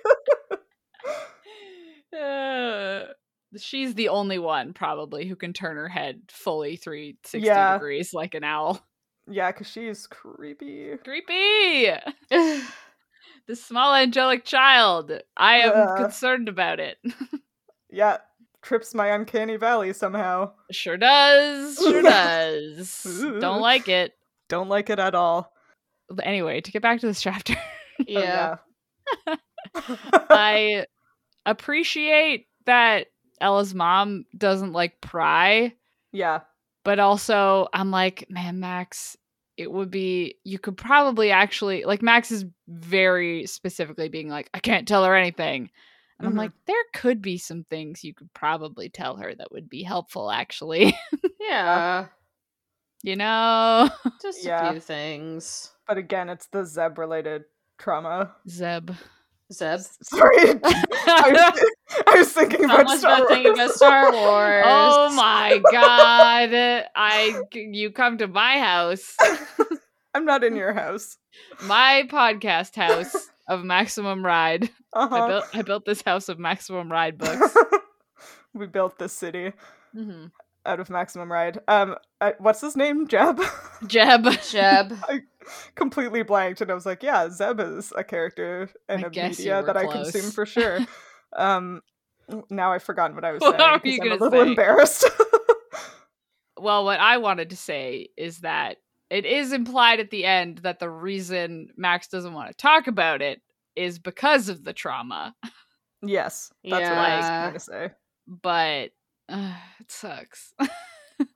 [SPEAKER 1] Uh, she's the only one probably who can turn her head fully 360
[SPEAKER 2] Yeah.
[SPEAKER 1] degrees like an owl.
[SPEAKER 2] Yeah, because she's creepy.
[SPEAKER 1] Creepy! This small angelic child. I am
[SPEAKER 2] Yeah.
[SPEAKER 1] concerned about it.
[SPEAKER 2] Yeah. Trips my uncanny valley somehow.
[SPEAKER 1] sure does. Sure does. Don't
[SPEAKER 2] Ooh.
[SPEAKER 1] like it.
[SPEAKER 2] Don't like it at all.
[SPEAKER 1] But anyway, to get back to this chapter,
[SPEAKER 2] Oh,
[SPEAKER 3] yeah.
[SPEAKER 2] yeah.
[SPEAKER 1] I appreciate that Ella's mom doesn't like pry.
[SPEAKER 2] yeah.
[SPEAKER 1] but also I'm like, man, Max, it would be you could probably actually like Max is very specifically being like, I can't tell her anything. And I'm
[SPEAKER 2] Mhm.
[SPEAKER 1] like, there could be some things you could probably tell her that would be helpful, actually.
[SPEAKER 3] Yeah.
[SPEAKER 1] you know?
[SPEAKER 3] Just a
[SPEAKER 2] Yeah.
[SPEAKER 3] few things.
[SPEAKER 2] But again, it's the Zeb related trauma.
[SPEAKER 1] Zeb.
[SPEAKER 3] Zeb.
[SPEAKER 2] Sorry. I, was, I was thinking
[SPEAKER 3] How
[SPEAKER 2] about
[SPEAKER 3] much
[SPEAKER 2] Star
[SPEAKER 3] about
[SPEAKER 2] Wars.
[SPEAKER 3] thinking about Star Wars?
[SPEAKER 1] oh my god. I you come to my house,
[SPEAKER 2] I'm not in your house.
[SPEAKER 1] my podcast house of Maximum Ride. I
[SPEAKER 2] Uh-huh.
[SPEAKER 1] built I built this house of Maximum Ride books.
[SPEAKER 2] we built this city
[SPEAKER 3] Mm-hmm.
[SPEAKER 1] Mhm.
[SPEAKER 2] out of Maximum Ride. Um, uh, what's his name? Jeb?
[SPEAKER 1] Jeb.
[SPEAKER 3] Jeb.
[SPEAKER 2] Completely blanked. And I was like, yeah, Zeb is a character and
[SPEAKER 1] I
[SPEAKER 2] a
[SPEAKER 1] guess you
[SPEAKER 2] media
[SPEAKER 1] were
[SPEAKER 2] that I consume
[SPEAKER 1] close.
[SPEAKER 2] for sure. um, now I've forgotten what I was
[SPEAKER 1] What
[SPEAKER 2] saying.
[SPEAKER 1] were
[SPEAKER 2] because
[SPEAKER 1] you
[SPEAKER 2] I'm a
[SPEAKER 1] gonna
[SPEAKER 2] little
[SPEAKER 1] say?
[SPEAKER 2] embarrassed.
[SPEAKER 1] Well, what I wanted to say is that it is implied at the end that the reason Max doesn't want to talk about it is because of the trauma,
[SPEAKER 2] yes. That's what I was
[SPEAKER 3] Yeah.
[SPEAKER 2] trying to say.
[SPEAKER 1] but uh, it sucks.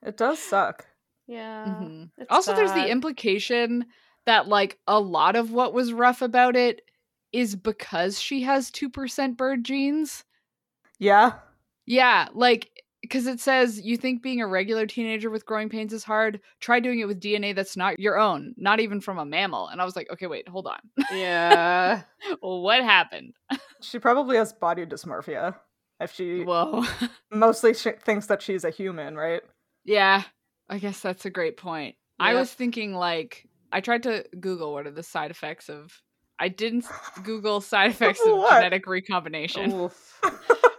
[SPEAKER 2] It does suck.
[SPEAKER 3] Yeah.
[SPEAKER 1] Mhm.
[SPEAKER 3] it's
[SPEAKER 1] Also, there's the
[SPEAKER 3] bad.
[SPEAKER 1] implication that, like, a lot of what was rough about it is because she has 2% bird genes.
[SPEAKER 2] Yeah.
[SPEAKER 1] Yeah, like, because it says, you think being a regular teenager with growing pains is hard? Try doing it with DNA that's not your own, not even from a mammal. And I was like, okay, wait, hold on.
[SPEAKER 3] Yeah.
[SPEAKER 1] well, what happened?
[SPEAKER 2] She probably has body dysmorphia. If she
[SPEAKER 1] Whoa.
[SPEAKER 2] mostly sh- thinks that she's a human, right?
[SPEAKER 1] yeah, I guess that's a great point. I
[SPEAKER 3] Yep.
[SPEAKER 1] was thinking, like, I tried to Google what are the side effects of. I didn't Google side effects of
[SPEAKER 2] What? Oh.
[SPEAKER 1] genetic recombination,
[SPEAKER 3] Oof.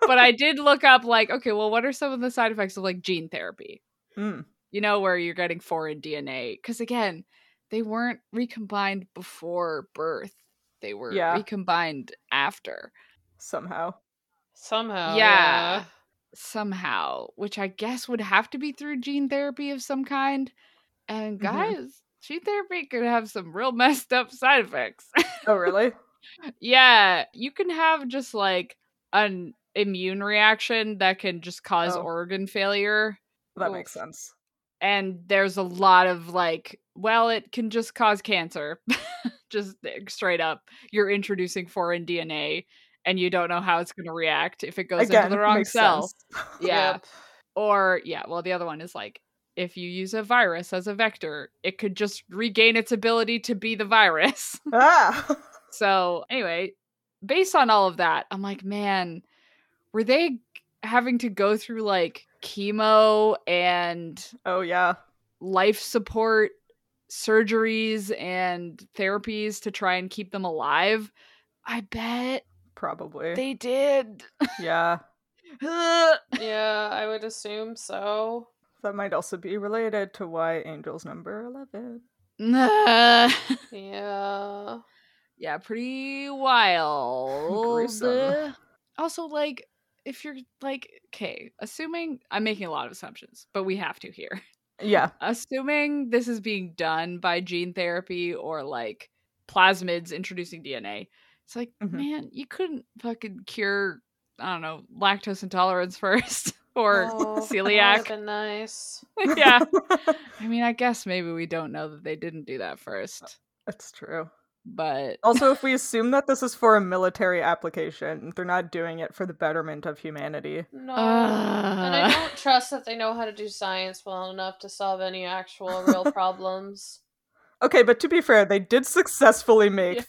[SPEAKER 1] but I did look up, like, okay, well, what are some of the side effects of, like, gene therapy?
[SPEAKER 2] Mm.
[SPEAKER 1] You know, where you're getting foreign DNA. Because again, they weren't recombined before birth, they were
[SPEAKER 2] Yeah.
[SPEAKER 1] recombined after.
[SPEAKER 2] Somehow.
[SPEAKER 1] Yeah.
[SPEAKER 3] Somehow. Yeah.
[SPEAKER 1] somehow, which I guess would have to be through gene therapy of some kind. And
[SPEAKER 2] Mhm.
[SPEAKER 1] guys, gene therapy could have some real messed up side effects.
[SPEAKER 2] Oh, really?
[SPEAKER 1] yeah, you can have just like an immune reaction that can just cause
[SPEAKER 2] Oh.
[SPEAKER 1] organ failure.
[SPEAKER 2] That
[SPEAKER 1] Oof.
[SPEAKER 2] makes sense.
[SPEAKER 1] And there's a lot of like, well, it can just cause cancer. just like, straight up, you're introducing foreign DNA and you don't know how it's going to react if it goes into the wrong
[SPEAKER 2] makes
[SPEAKER 1] cell.
[SPEAKER 2] sense.
[SPEAKER 1] Yeah. Or yeah, well the other one is like if you use a virus as a vector, it could just regain its ability to be the virus.
[SPEAKER 2] Ah.
[SPEAKER 1] so, anyway, based on all of that, I'm like, man, were they having to go through like chemo and
[SPEAKER 2] Oh yeah.
[SPEAKER 1] life support surgeries and therapies to try and keep them alive? I bet
[SPEAKER 2] Probably.
[SPEAKER 1] they did.
[SPEAKER 2] yeah.
[SPEAKER 3] yeah, I would assume so.
[SPEAKER 2] That might also be related to why Angel's number eleven.
[SPEAKER 1] Nah.
[SPEAKER 3] Yeah.
[SPEAKER 1] Yeah, pretty wild. Uh,
[SPEAKER 2] Gruesome.
[SPEAKER 1] also, like, if you're like, okay, assuming I'm making a lot of assumptions, but we have to here.
[SPEAKER 2] Yeah.
[SPEAKER 1] Assuming this is being done by gene therapy or like plasmids introducing DNA, it's like,
[SPEAKER 2] Mhm.
[SPEAKER 1] man, you couldn't fucking cure, I don't know, lactose intolerance first or
[SPEAKER 3] Oh, that
[SPEAKER 1] celiac.
[SPEAKER 3] would've been nice.
[SPEAKER 1] yeah. I mean, I guess maybe we don't know that they didn't do that first,
[SPEAKER 2] That's true.
[SPEAKER 1] but
[SPEAKER 2] Also, if we assume that this is for a military application, they're not doing it for the betterment of humanity.
[SPEAKER 3] No. and I
[SPEAKER 1] Ugh.
[SPEAKER 3] don't trust that they know how to do science well enough to solve any actual real problems.
[SPEAKER 2] Okay, but to be fair, they did successfully make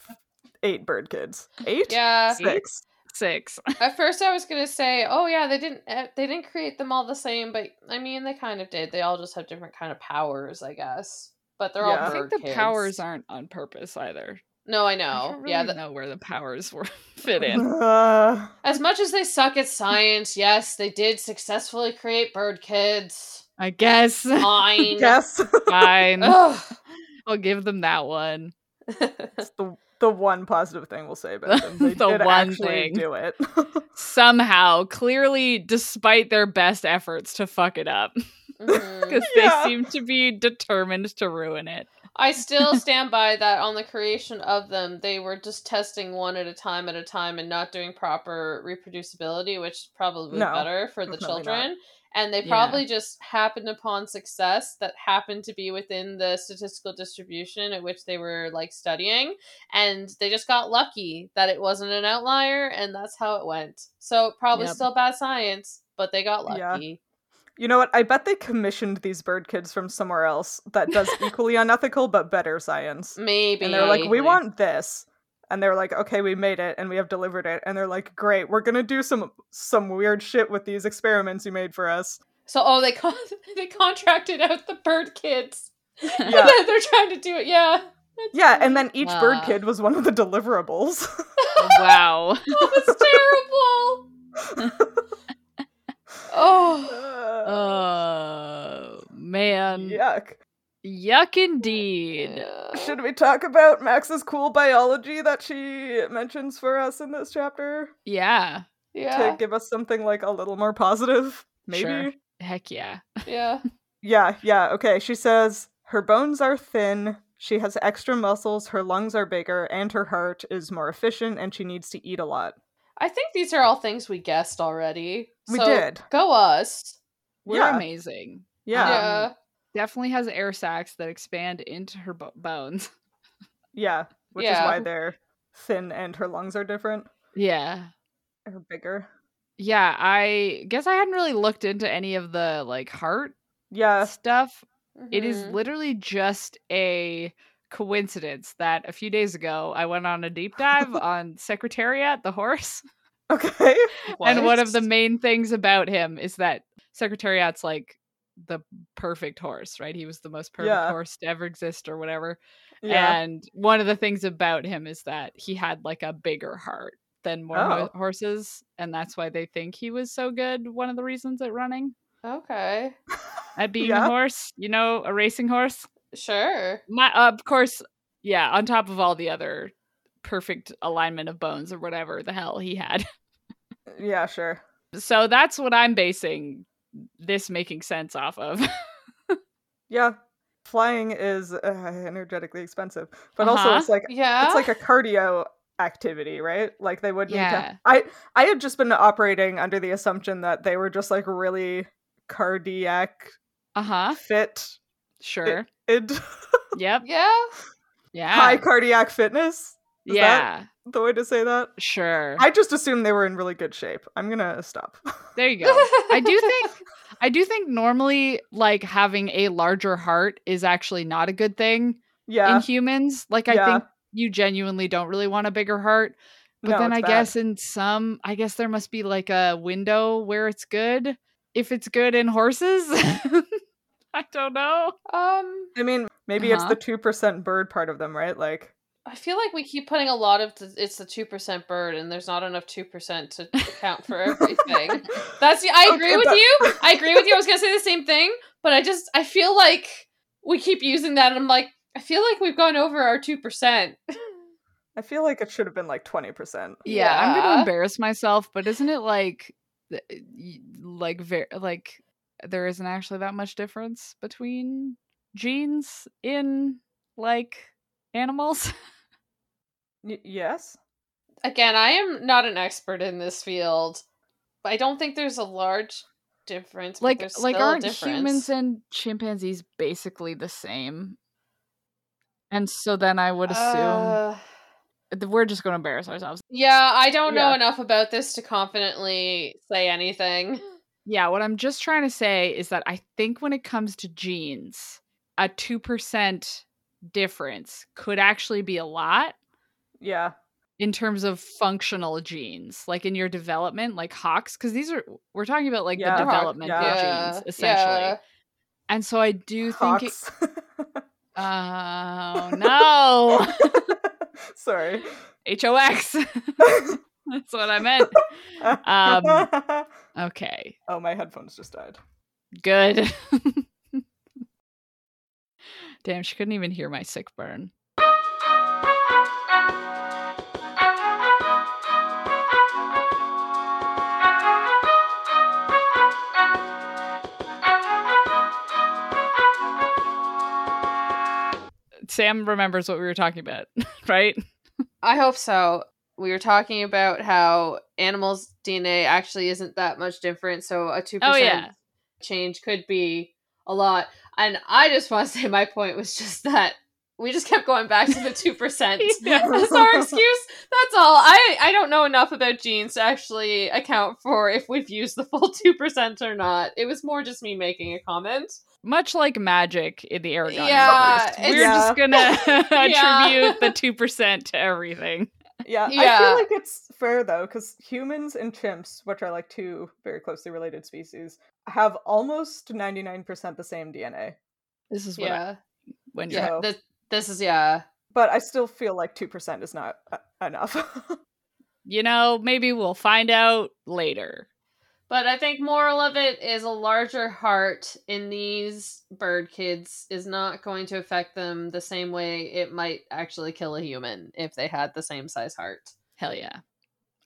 [SPEAKER 2] eight bird kids. Eight?
[SPEAKER 3] Yeah.
[SPEAKER 2] Six.
[SPEAKER 1] six.
[SPEAKER 3] At first, I was gonna say, "Oh yeah, they didn't eh, they didn't create them all the same," but I mean, they kind of did. They all just have different kind of powers, I guess. But they're
[SPEAKER 2] Yeah.
[SPEAKER 1] I
[SPEAKER 3] all.
[SPEAKER 1] think
[SPEAKER 3] Bird
[SPEAKER 1] the
[SPEAKER 3] kids.
[SPEAKER 1] powers aren't on purpose either.
[SPEAKER 3] No, I know.
[SPEAKER 1] I don't really
[SPEAKER 3] yeah, th-
[SPEAKER 1] know where the powers were fit in.
[SPEAKER 2] Uh,
[SPEAKER 3] as much as they suck at science, yes, they did successfully create bird kids.
[SPEAKER 1] I guess.
[SPEAKER 3] Fine.
[SPEAKER 2] yes.
[SPEAKER 1] Fine.
[SPEAKER 3] Ugh.
[SPEAKER 1] I'll give them that one.
[SPEAKER 2] It's the the one positive thing we'll say about them. They
[SPEAKER 1] The
[SPEAKER 2] did
[SPEAKER 1] one
[SPEAKER 2] actually
[SPEAKER 1] thing.
[SPEAKER 2] do it.
[SPEAKER 1] Somehow, clearly, despite their best efforts to fuck it up,
[SPEAKER 3] Mhm.
[SPEAKER 1] because
[SPEAKER 2] Yeah.
[SPEAKER 1] they seem to be determined to ruin it.
[SPEAKER 3] I still stand by that on the creation of them, they were just testing one at a time at a time and not doing proper reproducibility, which is probably
[SPEAKER 2] No,
[SPEAKER 3] better for the
[SPEAKER 2] definitely not.
[SPEAKER 3] children. And they
[SPEAKER 1] Yeah.
[SPEAKER 3] probably just happened upon success that happened to be within the statistical distribution at which they were like studying. And they just got lucky that it wasn't an outlier and that's how it went. So probably
[SPEAKER 1] Yep.
[SPEAKER 3] still bad science, but they got
[SPEAKER 2] Yeah.
[SPEAKER 3] lucky.
[SPEAKER 2] you know what? I bet they commissioned these bird kids from somewhere else that does equally unethical but better science.
[SPEAKER 3] Maybe.
[SPEAKER 2] And they're like, we
[SPEAKER 1] Maybe.
[SPEAKER 2] want this. And they're like, okay, we made it and we have delivered it. And they're like, great, we're gonna do some some weird shit with these experiments you made for us.
[SPEAKER 3] So oh they con- they contracted out the bird kids. And
[SPEAKER 2] Yeah.
[SPEAKER 3] then they're trying to do it. Yeah.
[SPEAKER 2] Yeah, and then each bird
[SPEAKER 1] Wow.
[SPEAKER 2] kid was one of the deliverables.
[SPEAKER 1] wow.
[SPEAKER 3] Oh, that's terrible. oh.
[SPEAKER 2] Uh,
[SPEAKER 1] Oh, man.
[SPEAKER 2] Yuck.
[SPEAKER 1] Yuck indeed.
[SPEAKER 3] Yeah.
[SPEAKER 2] Should we talk about Max's cool biology that she mentions for us in this chapter
[SPEAKER 1] Yeah.
[SPEAKER 3] Yeah.
[SPEAKER 2] to give us something like a little more positive? Maybe.
[SPEAKER 1] Sure. Heck yeah.
[SPEAKER 3] yeah.
[SPEAKER 2] Yeah, yeah, okay. She says her bones are thin, she has extra muscles, her lungs are bigger, and her heart is more efficient, and she needs to eat a lot.
[SPEAKER 3] I think these are all things we guessed already.
[SPEAKER 2] We
[SPEAKER 3] So,
[SPEAKER 2] did.
[SPEAKER 3] Go us.
[SPEAKER 1] We're
[SPEAKER 2] Yeah.
[SPEAKER 1] amazing.
[SPEAKER 2] Yeah.
[SPEAKER 1] Um,
[SPEAKER 2] Yeah.
[SPEAKER 3] Yeah.
[SPEAKER 1] Definitely has air sacs that expand into her bo- bones.
[SPEAKER 2] Which
[SPEAKER 3] Yeah.
[SPEAKER 2] is why they're thin and her lungs are different
[SPEAKER 1] Yeah.
[SPEAKER 2] or bigger.
[SPEAKER 1] Yeah, I guess I hadn't really looked into any of the like heart
[SPEAKER 2] Yeah.
[SPEAKER 1] stuff. Um, It is
[SPEAKER 3] Mhm.
[SPEAKER 1] literally just a coincidence that a few days ago I went on a deep dive on Secretariat, the horse.
[SPEAKER 2] Okay.
[SPEAKER 1] And one of the main things about him is that Secretariat's like the perfect horse, right? He was the most perfect
[SPEAKER 2] Yeah.
[SPEAKER 1] horse to ever exist or whatever.
[SPEAKER 2] Yeah.
[SPEAKER 1] And one of the things about him is that he had like a bigger heart than more ho-
[SPEAKER 2] Oh.
[SPEAKER 1] horses. And that's why they think he was so good. One of the reasons at running,
[SPEAKER 3] Okay.
[SPEAKER 1] at being
[SPEAKER 2] Yeah.
[SPEAKER 1] a horse, you know, a racing horse.
[SPEAKER 3] Sure.
[SPEAKER 1] My, uh, of course, yeah, on top of all the other perfect alignment of bones or whatever the hell he had.
[SPEAKER 2] yeah, sure.
[SPEAKER 1] So that's what I'm basing this making sense off of.
[SPEAKER 2] Yeah. Flying is uh, energetically expensive, but also
[SPEAKER 1] Uh-huh.
[SPEAKER 2] it's like
[SPEAKER 3] Yeah.
[SPEAKER 2] it's like a cardio activity, right? Like they would need
[SPEAKER 1] Yeah.
[SPEAKER 2] to. I I had just been operating under the assumption that they were just like really cardiac
[SPEAKER 1] Uh
[SPEAKER 2] Uh-huh.
[SPEAKER 1] huh.
[SPEAKER 2] fit
[SPEAKER 1] Sure.
[SPEAKER 2] and
[SPEAKER 1] Yep.
[SPEAKER 3] yeah.
[SPEAKER 1] Yeah.
[SPEAKER 2] high cardiac fitness. is that
[SPEAKER 1] yeah.
[SPEAKER 2] The way to say that.
[SPEAKER 1] Sure.
[SPEAKER 2] I just assumed they were in really good shape. I'm gonna stop.
[SPEAKER 1] there you go. I do think I do think normally like having a larger heart is actually not a good thing
[SPEAKER 2] yeah.
[SPEAKER 1] in humans. Like I
[SPEAKER 2] Yeah.
[SPEAKER 1] think you genuinely don't really want a bigger heart. But
[SPEAKER 2] no,
[SPEAKER 1] then
[SPEAKER 2] it's
[SPEAKER 1] I
[SPEAKER 2] bad.
[SPEAKER 1] guess in some I guess there must be like a window where it's good. If it's good in horses. I don't know.
[SPEAKER 3] Um,
[SPEAKER 2] I mean, maybe it's
[SPEAKER 1] Uh-huh.
[SPEAKER 2] the two percent bird part of them, right? Like,
[SPEAKER 3] I feel like we keep putting a lot of th- it's the two percent bird, and there's not enough two percent to account for everything. That's the- I
[SPEAKER 2] Okay,
[SPEAKER 3] agree with
[SPEAKER 2] but-
[SPEAKER 3] you. I agree with you. I was gonna say the same thing, but I just I feel like we keep using that, and I'm like I feel like we've gone over our two percent.
[SPEAKER 2] I feel like it should have been like twenty percent.
[SPEAKER 1] Yeah, I'm going
[SPEAKER 3] Yeah.
[SPEAKER 1] to embarrass myself, but isn't it like th- y- like very like there isn't actually that much difference between genes in like animals?
[SPEAKER 2] Y- yes.
[SPEAKER 3] Again, I am not an expert in this field, but I don't think there's a large difference. but
[SPEAKER 1] like
[SPEAKER 3] there's
[SPEAKER 1] like
[SPEAKER 3] still a
[SPEAKER 1] aren't
[SPEAKER 3] difference.
[SPEAKER 1] humans and chimpanzees basically the same? And so then I would assume
[SPEAKER 3] Uh,
[SPEAKER 1] th we're just going to embarrass ourselves.
[SPEAKER 3] yeah, I don't know
[SPEAKER 2] Yeah.
[SPEAKER 3] enough about this to confidently say anything.
[SPEAKER 1] Yeah, what I'm just trying to say is that I think when it comes to genes, a 2% difference could actually be a lot.
[SPEAKER 2] Yeah.
[SPEAKER 1] in terms of functional genes, like in your development, like Hawks, because these are we're talking about like
[SPEAKER 2] Yeah.
[SPEAKER 1] the
[SPEAKER 2] Hawk,
[SPEAKER 1] development of
[SPEAKER 3] Yeah,
[SPEAKER 1] genes essentially.
[SPEAKER 3] yeah.
[SPEAKER 1] And so I do think, it,
[SPEAKER 2] Hawks.
[SPEAKER 1] oh no,
[SPEAKER 2] Sorry.
[SPEAKER 1] H O X. That's what I meant. Um, okay,
[SPEAKER 2] oh, my headphones just died.
[SPEAKER 1] good. Damn, she couldn't even hear my sick burn. Sam remembers what we were talking about, right?
[SPEAKER 3] I hope so. We were talking about how animals' DNA actually isn't that much different, so a two percent
[SPEAKER 1] Oh, yeah.
[SPEAKER 3] change could be a lot. And I just want to say my point was just that we just kept going back to the two percent. That's our excuse. That's all. I I don't know enough about genes to actually account for if we've used the full two percent or not. It was more just me making a comment.
[SPEAKER 1] Much like magic in the Aragon.
[SPEAKER 3] Yeah,
[SPEAKER 1] Quest,
[SPEAKER 3] it's-
[SPEAKER 1] we're just gonna
[SPEAKER 3] Yeah.
[SPEAKER 1] attribute the two percent to everything.
[SPEAKER 2] Yeah, I
[SPEAKER 3] Yeah.
[SPEAKER 2] feel like it's fair though, because humans and chimps, which are like two very closely related species, have almost ninety nine percent the same DNA.
[SPEAKER 1] This is what I,
[SPEAKER 3] Yeah.
[SPEAKER 1] when you're
[SPEAKER 2] Yeah.
[SPEAKER 3] Yeah. This, this is yeah.
[SPEAKER 2] But I still feel like two percent is not uh, enough.
[SPEAKER 1] you know, maybe we'll find out later.
[SPEAKER 3] But I think moral of it is a larger heart in these bird kids is not going to affect them the same way it might actually kill a human if they had the same size heart.
[SPEAKER 1] Hell yeah.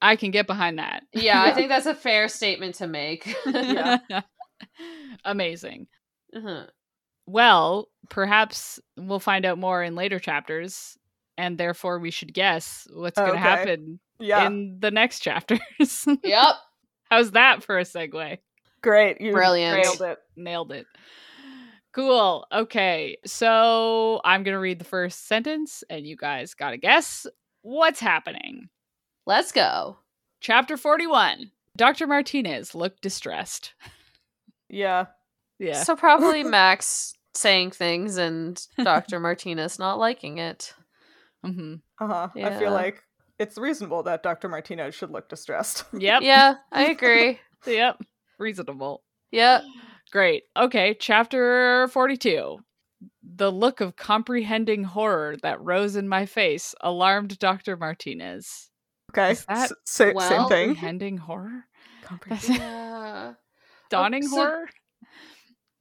[SPEAKER 1] I can get behind that.
[SPEAKER 3] Yeah, I
[SPEAKER 2] Yeah.
[SPEAKER 3] think that's a fair statement to make.
[SPEAKER 2] Yeah.
[SPEAKER 1] Amazing.
[SPEAKER 3] Uh-huh.
[SPEAKER 1] Well, perhaps we'll find out more in later chapters, and therefore we should guess what's going to
[SPEAKER 2] Okay.
[SPEAKER 1] happen
[SPEAKER 2] yeah,
[SPEAKER 1] in the next chapters.
[SPEAKER 3] Yep.
[SPEAKER 1] How's that for a segue?
[SPEAKER 2] great, you
[SPEAKER 3] Brilliant.
[SPEAKER 2] nailed it.
[SPEAKER 1] Nailed it. Cool. Okay. So I'm going to read the first sentence, and you guys got to guess what's happening.
[SPEAKER 3] Let's go.
[SPEAKER 1] Chapter 41 Dr. Martinez looked distressed.
[SPEAKER 2] Yeah,
[SPEAKER 1] Yeah.
[SPEAKER 3] So probably Max saying things and Dr. Martinez not liking it. Mm-hmm.
[SPEAKER 1] hmm
[SPEAKER 2] uh huh. I
[SPEAKER 3] Yeah.
[SPEAKER 2] feel like it's reasonable that Dr. Martinez should look distressed.
[SPEAKER 1] Yep.
[SPEAKER 3] Yeah, I agree.
[SPEAKER 1] Yep. Reasonable.
[SPEAKER 3] Yep.
[SPEAKER 1] Great. Okay. Chapter 42. The look of comprehending horror that rose in my face alarmed Dr. Martinez.
[SPEAKER 2] Okay,
[SPEAKER 1] Is that-
[SPEAKER 2] S- sa-
[SPEAKER 3] Well,
[SPEAKER 2] same thing.
[SPEAKER 1] Comprehending horror?
[SPEAKER 2] Comprehending-
[SPEAKER 3] Yeah.
[SPEAKER 1] Dawning
[SPEAKER 3] so-
[SPEAKER 1] horror?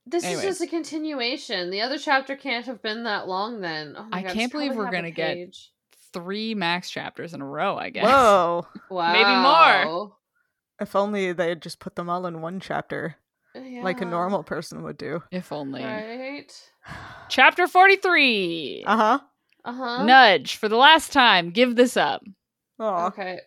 [SPEAKER 3] This
[SPEAKER 1] Anyways.
[SPEAKER 3] is just a continuation. The other chapter can't have been that long then. Oh my
[SPEAKER 1] I
[SPEAKER 3] God,
[SPEAKER 1] can't
[SPEAKER 3] it's probably
[SPEAKER 1] believe we're
[SPEAKER 3] half a
[SPEAKER 1] gonna get-
[SPEAKER 3] page.
[SPEAKER 1] Three max chapters in a row, I guess.
[SPEAKER 2] Whoa.
[SPEAKER 3] Wow.
[SPEAKER 1] more.
[SPEAKER 2] If only they had just put them all in one chapter, like a
[SPEAKER 3] Yeah,
[SPEAKER 2] normal person would do.
[SPEAKER 1] If only.
[SPEAKER 3] Right.
[SPEAKER 1] Chapter 43
[SPEAKER 2] Uh huh.
[SPEAKER 3] Uh huh.
[SPEAKER 1] Nudge, for the last time, give this up.
[SPEAKER 2] Oh,
[SPEAKER 3] Okay.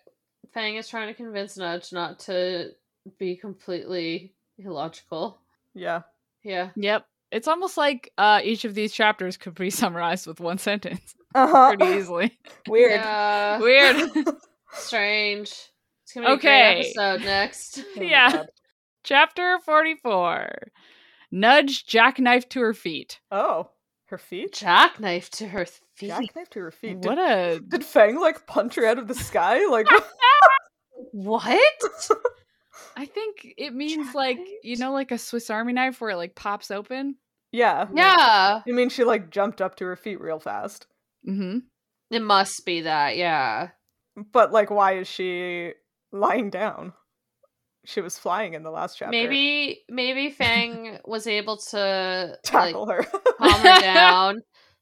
[SPEAKER 3] Fang is trying to convince Nudge not to be completely illogical.
[SPEAKER 2] yeah.
[SPEAKER 3] Yeah.
[SPEAKER 1] Yep. It's almost like uh, each of these chapters could be summarized with one sentence
[SPEAKER 2] Uh huh.
[SPEAKER 1] pretty easily.
[SPEAKER 2] Weird. Oh
[SPEAKER 3] Yeah.
[SPEAKER 1] Uh-huh.
[SPEAKER 3] Oh
[SPEAKER 1] Weird.
[SPEAKER 3] Strange. It's gonna be
[SPEAKER 1] Okay.
[SPEAKER 3] a great episode next.
[SPEAKER 2] Oh my
[SPEAKER 1] Yeah.
[SPEAKER 2] God.
[SPEAKER 1] Chapter 44 Nudge jackknife to her feet.
[SPEAKER 2] Oh, her feet.
[SPEAKER 3] Jackknife to her feet.
[SPEAKER 2] Jackknife to her feet.
[SPEAKER 1] What
[SPEAKER 2] Did,
[SPEAKER 1] a.
[SPEAKER 2] did Fang like punch her out of the sky? Like,
[SPEAKER 3] What?
[SPEAKER 1] I think it means like, you
[SPEAKER 3] Jackknife?
[SPEAKER 1] know, like a Swiss Army knife where it like pops open.
[SPEAKER 2] yeah.
[SPEAKER 3] Yeah.
[SPEAKER 2] You mean she like jumped up to her feet real fast?
[SPEAKER 1] Mm-hmm.
[SPEAKER 3] It must be that, yeah.
[SPEAKER 2] But like, why is she lying down? She was flying in the last chapter.
[SPEAKER 3] Maybe maybe Fang was able to like,
[SPEAKER 2] tackle her.
[SPEAKER 3] calm her down,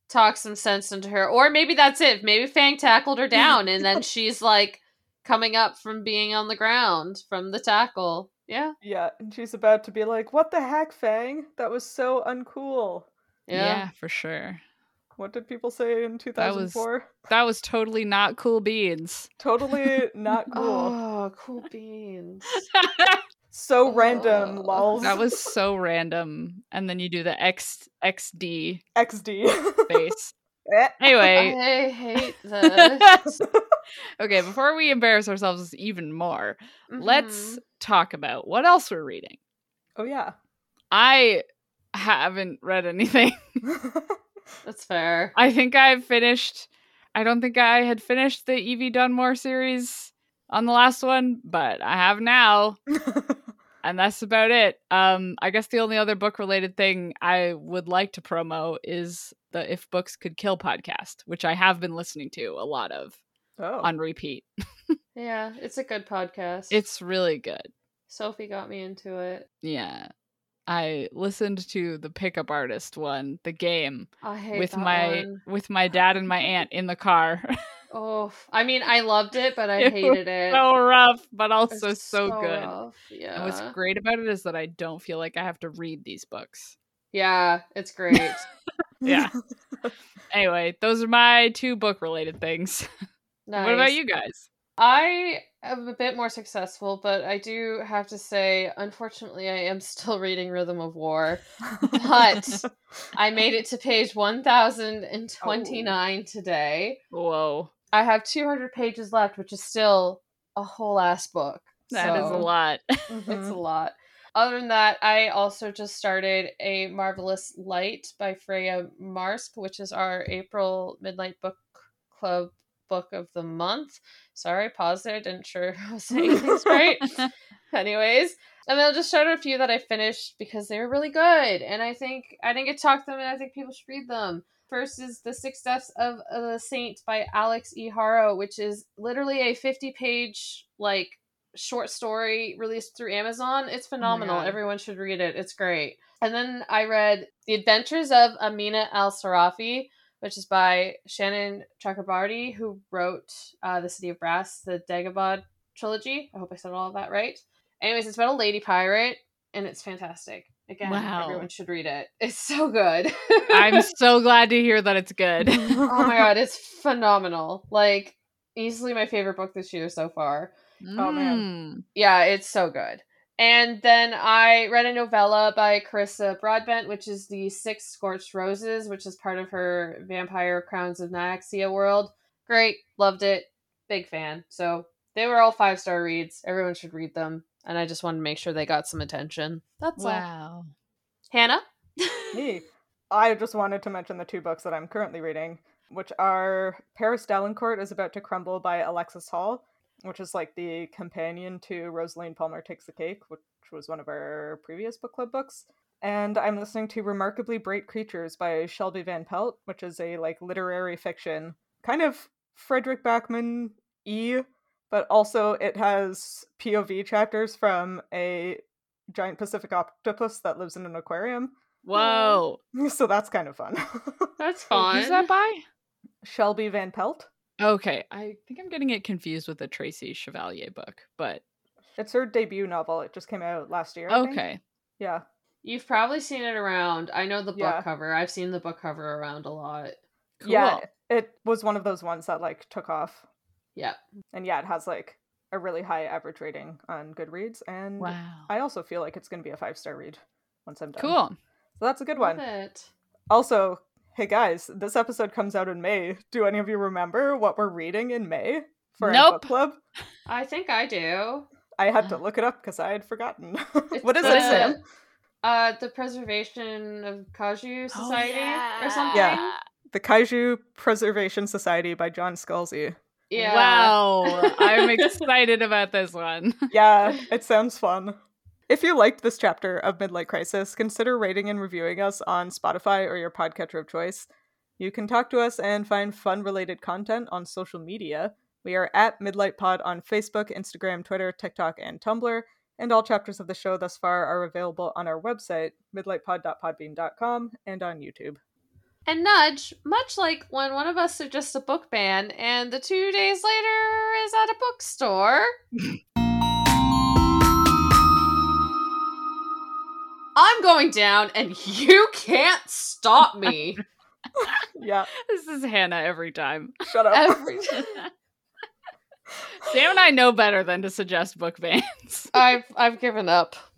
[SPEAKER 3] talk some sense into her. Or maybe that's it. Maybe Fang tackled her down and then she's like coming up from being on the ground from the tackle. Yeah.
[SPEAKER 2] yeah, and she's about to be like, "What the heck, Fang? That was so uncool."
[SPEAKER 1] Yeah.
[SPEAKER 3] Yeah.
[SPEAKER 1] for sure.
[SPEAKER 2] What did people say in two
[SPEAKER 1] That
[SPEAKER 2] thousand
[SPEAKER 1] was-
[SPEAKER 2] four?
[SPEAKER 1] That was totally not cool beans.
[SPEAKER 2] Totally not cool.
[SPEAKER 3] Oh, cool beans.
[SPEAKER 2] so random.
[SPEAKER 3] Oh.
[SPEAKER 2] Lols.
[SPEAKER 1] that was so random. And then you do the X XD
[SPEAKER 2] XD.
[SPEAKER 1] face.
[SPEAKER 2] Eh.
[SPEAKER 1] Anyway,
[SPEAKER 3] I hate this.
[SPEAKER 1] okay, before we embarrass ourselves even more,
[SPEAKER 3] Mm-hmm.
[SPEAKER 1] let's talk about what else we're reading.
[SPEAKER 2] oh yeah.
[SPEAKER 1] I haven't read anything.
[SPEAKER 3] Mhm. That's fair.
[SPEAKER 1] I think I finished. I don't think I had finished the Evie Dunmore series on the last one, but I have now, and that's about it. Um, I guess the only other book related thing I would like to promo is the If Books Could Kill podcast, which I have been listening to a lot of
[SPEAKER 2] oh.
[SPEAKER 1] on repeat.
[SPEAKER 3] Yeah, it's a good podcast.
[SPEAKER 1] It's really good.
[SPEAKER 3] Sophie got me into it.
[SPEAKER 1] Yeah. I listened to the pickup artist one, the game,
[SPEAKER 3] I hate
[SPEAKER 1] with
[SPEAKER 3] that
[SPEAKER 1] my
[SPEAKER 3] one.
[SPEAKER 1] with my dad and my aunt in the car.
[SPEAKER 3] Oh, I mean, I loved it, but I
[SPEAKER 1] It
[SPEAKER 3] hated it.
[SPEAKER 1] so rough, but
[SPEAKER 3] It's
[SPEAKER 1] also so, good.
[SPEAKER 3] rough. Yeah.
[SPEAKER 1] And what's great about it is that I don't feel like I have to read these books.
[SPEAKER 3] Yeah, it's great.
[SPEAKER 1] Yeah. Anyway, those are my two book related things.
[SPEAKER 3] nice.
[SPEAKER 1] What about you guys?
[SPEAKER 3] I am a bit more successful, but I do have to say, unfortunately, I am still reading Rhythm of War. But- I made it to page
[SPEAKER 1] Oh.
[SPEAKER 3] 1029 today.
[SPEAKER 1] Whoa.
[SPEAKER 3] I have 200 pages left, which is still a whole ass book.
[SPEAKER 1] that is a
[SPEAKER 3] So-
[SPEAKER 1] lot. Mm-hmm.
[SPEAKER 3] It's a
[SPEAKER 2] Mhm.
[SPEAKER 3] lot. Other than that, I also just started A Marvelous Light by Freya Marsp, which is our April Midnight Book Club book of the month. Sorry, pause there. Didn't sure if I was saying things right. Anyways, and then I'll just shout out a few that I finished because they were really good. And I think I didn't get to talk to them, and I think people should read them. First is The Six Deaths of the Saint by Alex E. Haro, which is literally a 50 page, like, short story released through Amazon. It's phenomenal.
[SPEAKER 1] God.
[SPEAKER 3] Everyone should read it. It's great. And then I read The Adventures of Amina Al Sarafi, which is by Shannon Chakrabarty, who wrote uh, The City of Brass, the Dagobah trilogy. I hope I said all of that right. Anyways, it's about a lady pirate, and it's fantastic. Again,
[SPEAKER 1] Wow.
[SPEAKER 3] everyone should read it. It's so good.
[SPEAKER 1] I'm so glad to hear that it's good.
[SPEAKER 3] oh my god, it's phenomenal. Like easily my favorite book this year so far.
[SPEAKER 2] Oh, man.
[SPEAKER 1] Mm.
[SPEAKER 3] Yeah, it's so good. And then I read a novella by Carissa Broadbent, which is the Six Scorched Roses, which is part of her Vampire Crowns of Nyaxia world. Great, loved it, big fan. So they were all five star reads. Everyone should read them, and I just wanted to make sure they got some attention. That's all.
[SPEAKER 1] Wow.
[SPEAKER 3] Hannah.
[SPEAKER 2] Me. I just wanted to mention the two books that I'm currently reading, which are Paris Dalancourt is About to Crumble by Alexis Hall, which is like the companion to Rosaline Palmer Takes the Cake, which was one of our previous book club books. And I'm listening to Remarkably Bright Creatures by Shelby Van Pelt, which is a like literary fiction, kind of Frederick Backman E, but also it has POV chapters from a giant Pacific octopus that lives in an aquarium.
[SPEAKER 1] Whoa.
[SPEAKER 2] So that's kind of fun.
[SPEAKER 3] That's
[SPEAKER 1] Who's that by?
[SPEAKER 2] Shelby Van Pelt?
[SPEAKER 1] Okay. I think I'm getting it confused with the Tracy Chevalier book, but
[SPEAKER 2] It's her debut novel. It just came out last year. I think.
[SPEAKER 1] Okay.
[SPEAKER 2] Yeah.
[SPEAKER 3] You've probably seen it around. I know the book
[SPEAKER 2] Yeah.
[SPEAKER 3] cover. I've seen the book cover around a lot.
[SPEAKER 1] Cool.
[SPEAKER 2] Yeah. It was one of those ones that like took off.
[SPEAKER 3] Yeah.
[SPEAKER 2] And yeah, it has like a really high average rating on Goodreads. And
[SPEAKER 1] Wow.
[SPEAKER 2] I also feel like it's gonna be a five star read once I'm done.
[SPEAKER 1] Cool.
[SPEAKER 2] So that's a good
[SPEAKER 3] Love
[SPEAKER 2] one.
[SPEAKER 3] it.
[SPEAKER 2] Also, hey guys, this episode comes out in May. Do any of you remember what we're reading in May for our
[SPEAKER 1] Nope.
[SPEAKER 2] book club?
[SPEAKER 3] I think I do.
[SPEAKER 2] I had to
[SPEAKER 1] Uh.
[SPEAKER 2] look it up because I had forgotten.
[SPEAKER 3] It's
[SPEAKER 2] what is
[SPEAKER 1] the-
[SPEAKER 2] it, Sam?
[SPEAKER 3] Uh, the Preservation of
[SPEAKER 1] Oh,
[SPEAKER 3] Kaju Society
[SPEAKER 1] yeah.
[SPEAKER 3] or something.
[SPEAKER 2] Yeah. The Kaiju Preservation Society by John Scalzi.
[SPEAKER 3] Yeah.
[SPEAKER 1] Wow. I'm excited about this one.
[SPEAKER 2] Yeah, it sounds fun. If you liked this chapter of Midlight Crisis, consider rating and reviewing us on Spotify or your podcatcher of choice. You can talk to us and find fun related content on social media. We are at Midlight Pod on Facebook, Instagram, Twitter, TikTok, and Tumblr. And all chapters of the show thus far are available on our website, midlightpod.podbean.com, and on YouTube.
[SPEAKER 3] And Nudge, much like when one of us suggests a book ban and the two days later is at a bookstore. I'm going down and you can't stop me.
[SPEAKER 2] Yeah,
[SPEAKER 1] This is Hannah every time.
[SPEAKER 2] shut up.
[SPEAKER 3] Every
[SPEAKER 1] Sam and I know better than to suggest book bans.
[SPEAKER 3] I've I've given up.